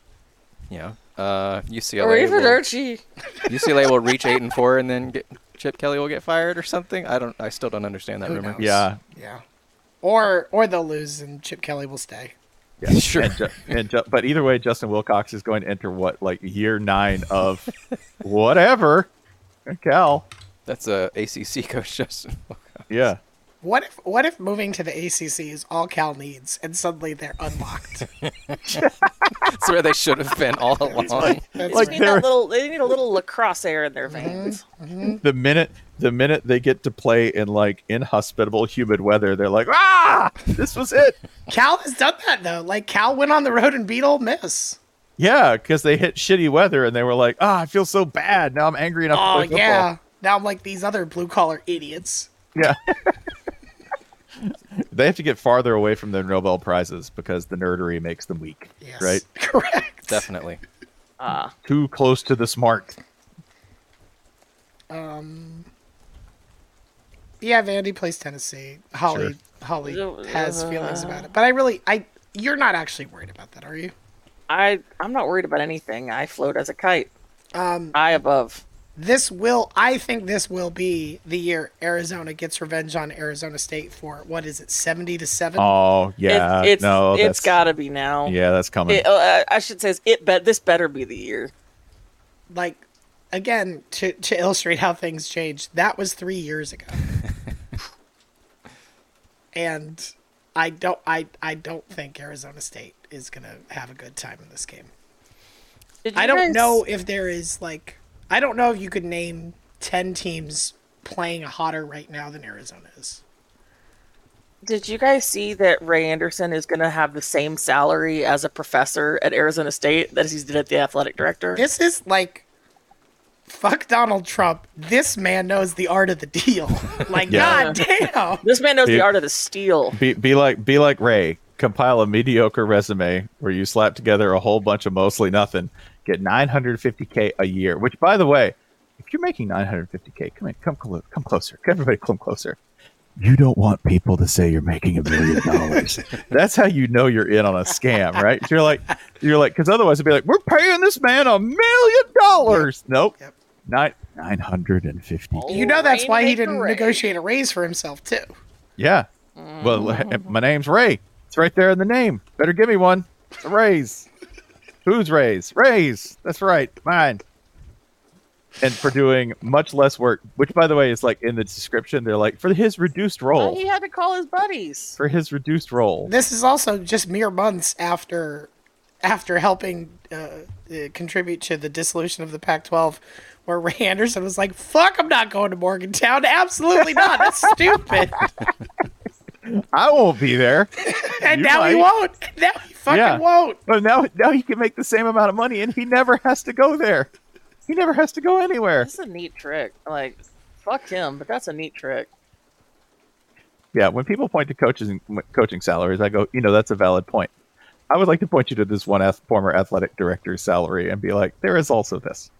C: Yeah. Uh,
A: Or
C: UCLA
A: even
C: will,
A: Archie.
C: UCLA will reach eight and four, and then get, Chip Kelly will get fired or something. I don't. I still don't understand that
B: Who
C: rumor.
B: knows?
D: Yeah.
B: Yeah. Or or they'll lose and Chip Kelly will stay.
D: Yeah.
C: Sure.
D: And, Ju- and Ju- but either way, Justin Wilcox is going to enter what like year nine of whatever. Cal.
C: That's a ACC coach, Justin.
D: Yeah.
B: What if what if moving to the ACC is all Cal needs, and suddenly they're unlocked?
C: That's where they should have been all along.
A: They just
D: Like Mm-hmm.
A: need
D: they're-
A: that little. They need a little lacrosse air in their veins.
D: the minute the minute they get to play in like inhospitable humid weather they're like ah this was it
B: Cal has done that though. Like Cal went on the road and beat Ole Miss.
D: yeah because they hit shitty weather and they were like ah i feel so bad now i'm angry enough
B: Oh
D: to play
B: yeah. Now I'm like these other blue collar idiots.
D: football. yeah they have to get farther away from their nobel prizes because the nerdery makes them weak
B: Yes.
D: right
B: Correct.
C: Definitely.
A: Uh,
D: too close to the smart
B: Yeah, Vandy plays Tennessee. Holly Holly
A: Uh,
B: has feelings about it. But I really I you're not actually worried about that, are you?
A: I I'm not worried about anything. I float as a kite. Um, Eye above.
B: This will I think this will be the year Arizona gets revenge on Arizona State for what is it, seventy to seven?
D: oh yeah
A: it, it's
D: no
A: it's
D: that's
A: got to be now.
D: yeah that's coming
A: It, oh, I- I should say is it bet this better be the year.
B: like again to to illustrate how things change that was three years ago and i don't i i don't think arizona state is gonna have a good time in this game
A: Did
B: i
A: you
B: don't
A: guys-
B: know if there is like i don't know if you could name 10 teams playing hotter right now than arizona is
A: Did you guys see that Ray Anderson is going to have the same salary as a professor at Arizona State that he's did at the athletic director?
B: this is like fuck donald trump this man knows the art of the deal like
D: Yeah.
B: god damn
A: This man knows
D: Dude.
A: the art of the steal.
D: be, be like be like ray compile a mediocre resume where you slap together a whole bunch of mostly nothing get 950k a year which by the way if you're making 950k come in come clo- come closer everybody come closer you don't want people to say you're making a million dollars that's how you know you're in on a scam right you're like you're like because otherwise it'd be like we're paying this man a million dollars nope
B: Yep.
D: Nine, 950
B: You know that's why he
A: Rainmaker
B: didn't
A: Ray.
B: negotiate a raise for himself too.
D: Yeah.
A: Mm.
D: Well, my name's Ray. It's right there in the name. Better give me one. A raise. Who's Ray's? Ray's. That's right. Mine. And for doing much less work, which by the way is like in the description, they're like for his reduced
A: Well,
D: role.
A: he had to call his buddies.
D: oh. For his reduced role.
B: This is also just mere months after, after helping uh, uh, contribute to the dissolution of the Pac-12, where Ray Anderson was like, "Fuck, I'm not going to Morgantown. Absolutely not. That's stupid."
D: I won't be there.
B: and
D: You
B: now he
D: might.
B: won't. And now he fucking
D: Yeah.
B: won't.
D: But now now he can make the same amount of money and he never has to go there. He never has to go anywhere.
A: That's a neat trick. Like, fuck him, but that's a neat trick.
D: Yeah, when people point to coaches and coaching salaries, I go, you know, that's a valid point. I would like to point you to this one ath- former athletic director's salary and be like, there is also this.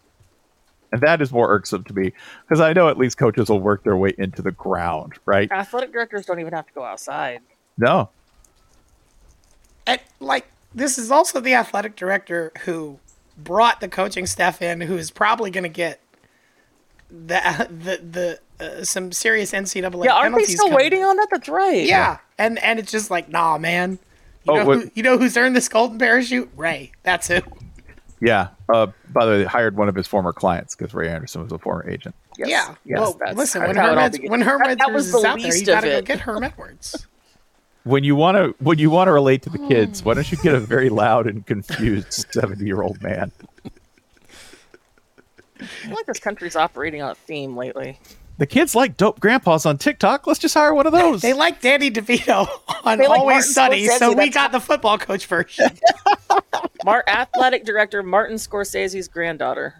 D: And that is more irksome to me because I know at least coaches will work their way into the ground, right?
A: Athletic directors don't even have to go outside.
D: No.
B: And like, this is also the athletic director who brought the coaching staff in, who is probably going to get the the the uh, some serious NCAA.
A: Yeah, aren't we
B: penalties
A: still
B: coming.
A: waiting on that? That's right.
B: Yeah, and and it's just like, nah, man. You,
D: Oh,
B: know,
D: wait.
B: who, you know who's earned this golden parachute? Ray. That's who.
D: Yeah. Uh, by the way, they hired one of his former clients because Ray Anderson was a former agent.
A: Yes.
B: yeah.
D: yes,
B: well,
A: that's-
B: listen, when
A: that's how it all
B: Herm, Ed,
A: begins.
B: when Herm
A: That- that was
B: Edwards
A: the
B: is out there, you
A: least
B: gotta
A: of
B: go
A: it.
B: get Herm Edwards.
D: When you want to, when you want to relate to the kids, why don't you get a very loud and confused seventy-year-old man?
A: I feel like this country's operating on a theme lately.
D: The kids like dope grandpas on TikTok. Let's just hire one of those.
B: They like Danny DeVito on
A: They like Martin
B: Always Sunny,
A: Scorsese,
B: so we
A: that's-
B: got the football coach version.
A: Mar- athletic director Martin Scorsese's granddaughter.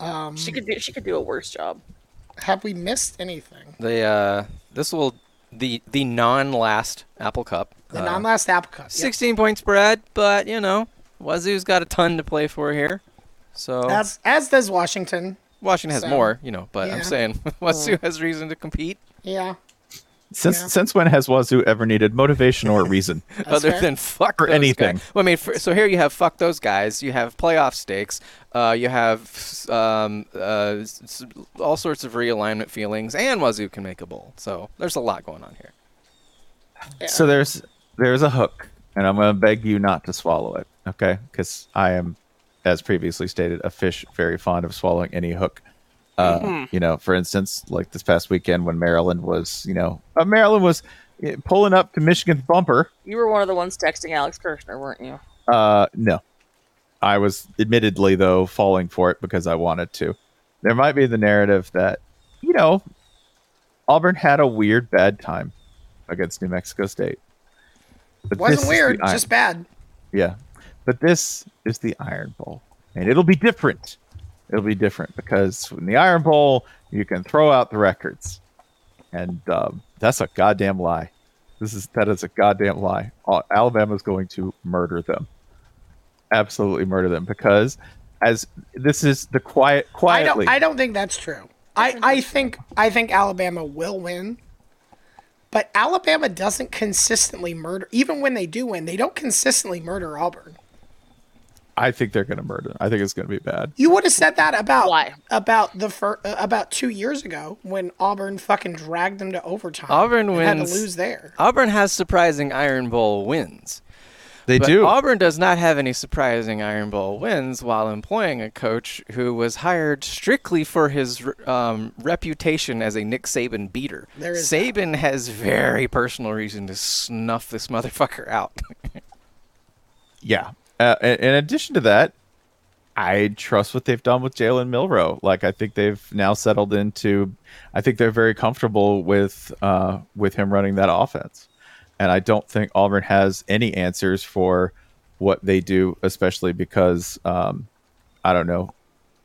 B: Um,
A: She could do. She could do a worse job.
B: have we missed anything?
C: The uh, this will the the non-last Apple Cup.
B: The
C: uh,
B: non-last apricot. Yeah.
C: 16 point spread, but you know, Wazoo's got a ton to play for here. So
B: As, as does Washington.
C: Washington has
B: so-
C: more, you know, but
B: yeah. Mm.
C: I'm saying Wazoo has reason to compete
B: Yeah.
D: since
B: Yeah.
D: since when has Wazoo ever needed motivation or reason?
C: other
B: fair.
C: than fuck
D: Or
C: those
D: anything.
C: guys. Well, I mean, for, so here you have fuck those guys. You have playoff stakes. Uh, you have um, uh, s- s- all sorts of realignment feelings, and Wazoo can make a bowl. So there's a lot going on here.
D: So there's there's a hook, and I'm gonna beg you not to swallow it, okay? Because I am, as previously stated, a fish very fond of swallowing any hook. Uh, You know, for instance, like this past weekend when Maryland was, you know, uh, Maryland was uh, pulling up to Michigan's bumper.
A: You were one of the ones texting Alex Kirshner, weren't you?
D: Uh, no, I was admittedly though falling for it because I wanted to. There might be the narrative that you know Auburn had a weird bad time against New Mexico State. But this
B: Wasn't
D: is
B: weird,
D: the iron-
B: just bad.
D: yeah, but this is the Iron Bowl, and it'll be different. It'll be different because in the Iron Bowl you can throw out the records, and um, that's a goddamn lie. This is that is a goddamn lie. Al- Alabama's going to murder them, absolutely murder them because as this is the quiet
B: I don't.
D: quietly.
B: I don't think that's true. I, I think I think Alabama will win, but Alabama doesn't consistently murder. Even when they do win, they don't consistently murder Auburn.
D: I think they're going to murder. Them. I think it's going to be bad.
B: You would have said that about
A: Why?
B: about the fir- uh, about two years ago when Auburn fucking dragged them to overtime.
C: Auburn
B: and had to
C: wins.
B: lose there.
C: Auburn has surprising Iron Bowl wins.
D: They
C: But
D: do.
C: Auburn does not have any surprising Iron Bowl wins while employing a coach who was hired strictly for his um, reputation as a Nick Saban beater.
B: There is that.
C: Saban has very personal reason to snuff this motherfucker out.
D: Yeah. Uh, in, in addition to that, I trust what they've done with Jalen Milrow. Like I think they've now settled into. I think they're very comfortable with uh, with him running that offense, and I don't think Auburn has any answers for what they do, especially because um, I don't know.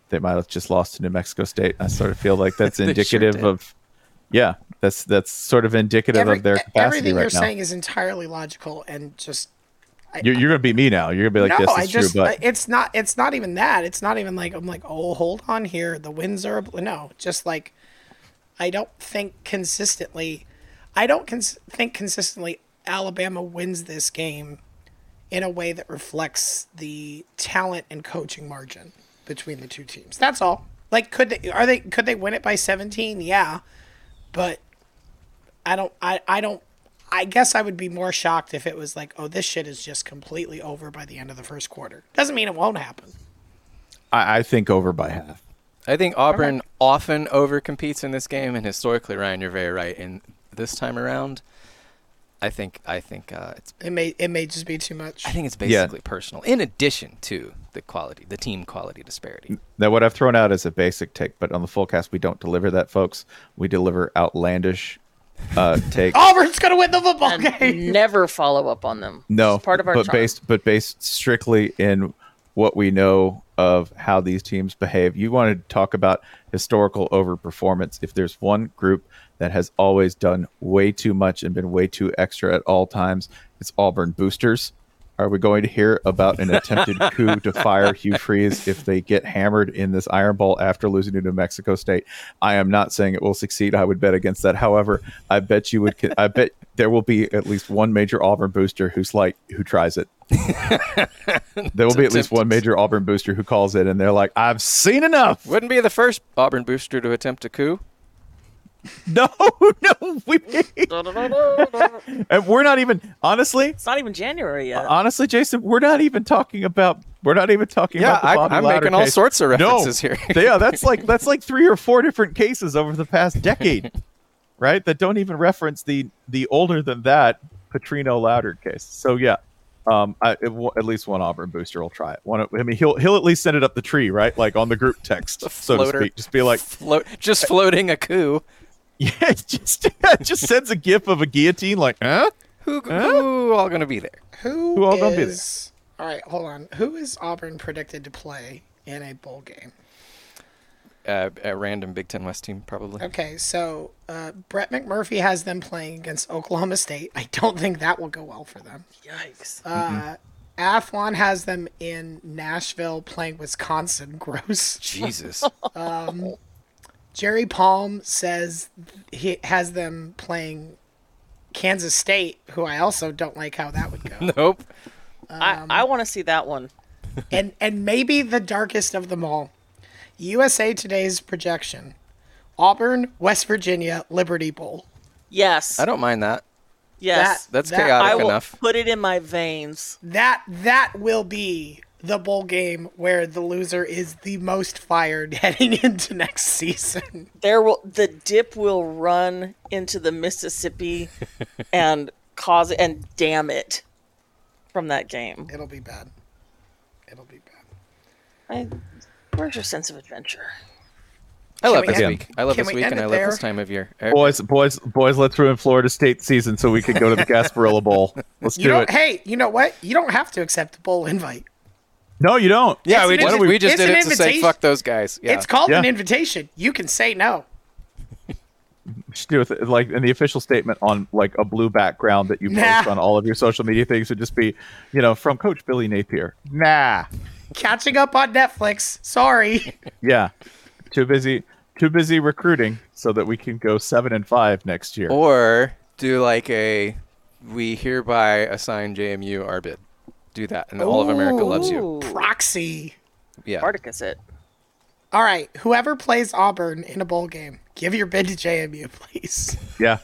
D: They might have just lost to New Mexico State. I sort of feel like that's
C: They sure
D: indicative
C: did.
D: of. Yeah, that's that's sort of indicative
B: Every-
D: of their
B: e-
D: capacity
B: everything
D: right
B: you're
D: now.
B: saying is entirely logical and just
D: you're, you're gonna be me now. You're gonna be like,
B: no,
D: "Yes,
B: I
D: that's
B: just
D: true." But
B: I- it's not it's not even that. It's not even like I'm like, "Oh, hold on here. The winds are a-" no, just like I don't think consistently I don't cons- think consistently Alabama wins this game in a way that reflects the talent and coaching margin between the two teams. That's all. Like could they are they could they win it by 17? Yeah. But I don't I, I don't I guess I would be more shocked if it was like, oh, this shit is just completely over by the end of the first quarter. Doesn't mean it won't happen.
D: I, I think over by half.
C: I think Auburn often overcompetes in this game, and historically, Ryan, you're very right. And this time around, I think I think uh, it's
B: It may it may just be too much.
C: I think it's basically personal. In addition to the quality, the team quality disparity.
D: Now, what I've thrown out is a basic take, but on the full cast, we don't deliver that, folks. We deliver outlandish uh, takes.
A: Oh!
B: Auburn's gonna win the football game.
A: And never follow up on them.
D: no,
A: It's part of our
D: but
A: charm.
D: based but based strictly in what we know of how these teams behave. You want to talk about historical overperformance. If there's one group that has always done way too much and been way too extra at all times, it's Auburn boosters. Are we going to hear about an attempted coup to fire Hugh Freeze if they get hammered in this Iron Bowl after losing to New Mexico State? I am not saying it will succeed. I would bet against that. However, I bet you would. I bet there will be at least one major Auburn booster who's like who tries it. there will be at least one major Auburn booster who calls in and they're like, "I've seen enough."
C: Wouldn't be the first Auburn booster to attempt a coup.
D: No, no, we
A: it's
D: and we're not even honestly.
A: not even January yet.
D: Honestly, Jason, we're not even talking about. We're not even talking
C: Yeah,
D: about. the
C: I-
D: Bobby
C: I'm
D: Louder
C: making all
D: case.
C: sorts of
D: No.
C: references here.
D: yeah, that's like that's like three or four different cases over the past decade, right? That don't even reference the the older than that Patrino Louder case. So yeah, um, I, it, will- at least one Auburn booster will try it. One, I mean, he'll he'll at least send it up the tree, right? Like on the group text, so to
C: floater.
D: speak. Just be like,
C: Float, just floating a coup.
D: yeah, just just sends a gif of a guillotine, like, huh?
C: Who, who all gonna be there?
B: Who,
D: Who all gonna be
B: is- all right, hold on. Who is Auburn predicted to play in a bowl game?
C: Uh, a random Big Ten West team, probably.
B: Okay, so uh, Brett McMurphy has them playing against Oklahoma State. I don't think that will go well for them.
A: Yikes.
B: Uh, Athlon has them in Nashville playing Wisconsin. Gross.
C: Jesus.
B: Jerry Palm says he has them playing Kansas State, who I also don't like how that would go.
C: nope.
A: I, I want to see that one.
B: And and maybe the darkest of them all, USA Today's projection: Auburn, West Virginia, Liberty Bowl.
A: Yes.
C: I don't mind that.
A: yes.
B: that-
C: That's
B: That-
A: I
C: chaotic
A: will
C: enough.
A: put it in my veins.
B: That that will be the bowl game where the loser is the most fired heading into next season.
A: there will the dip will run into the Mississippi and cause and damn it from that game.
B: It'll be bad. It'll be bad.
A: I, where's your sense of adventure?
C: I love
B: we
C: this
B: end-
C: week. I love
B: can
C: this
B: we
C: week,
B: end
C: and
B: it
C: I love
B: there?
C: this time of year.
D: Boys, boys, boys, let's ruin Florida State season so we can go to the Gasparilla Bowl. Let's
B: You
D: do
B: don't.
D: it.
B: Hey, you know what? You don't have to accept the bowl invite.
D: No, you don't.
C: yeah, we
B: an
C: just,
B: invi-
C: we just
B: it's
C: did
B: an
C: it to say
B: invitation.
C: fuck those guys. Yeah.
B: It's called an
D: Yeah.
B: invitation. You can say no.
D: We should do with it, like in the official statement on like a blue background that you post
B: Nah.
D: on all of your social media things would just be, you know, from Coach Billy Napier. Nah.
B: Catching up on Netflix. Sorry.
D: Yeah. Too busy too busy recruiting so that we can go seven and five next year.
B: Oh.
C: or do like a we hereby assign JMU our bid. Do that, and all of America loves you.
B: Proxy.
C: Yeah.
A: Spartacus it.
B: All right. Whoever plays Auburn in a bowl game, give your bid to JMU, please.
D: Yeah.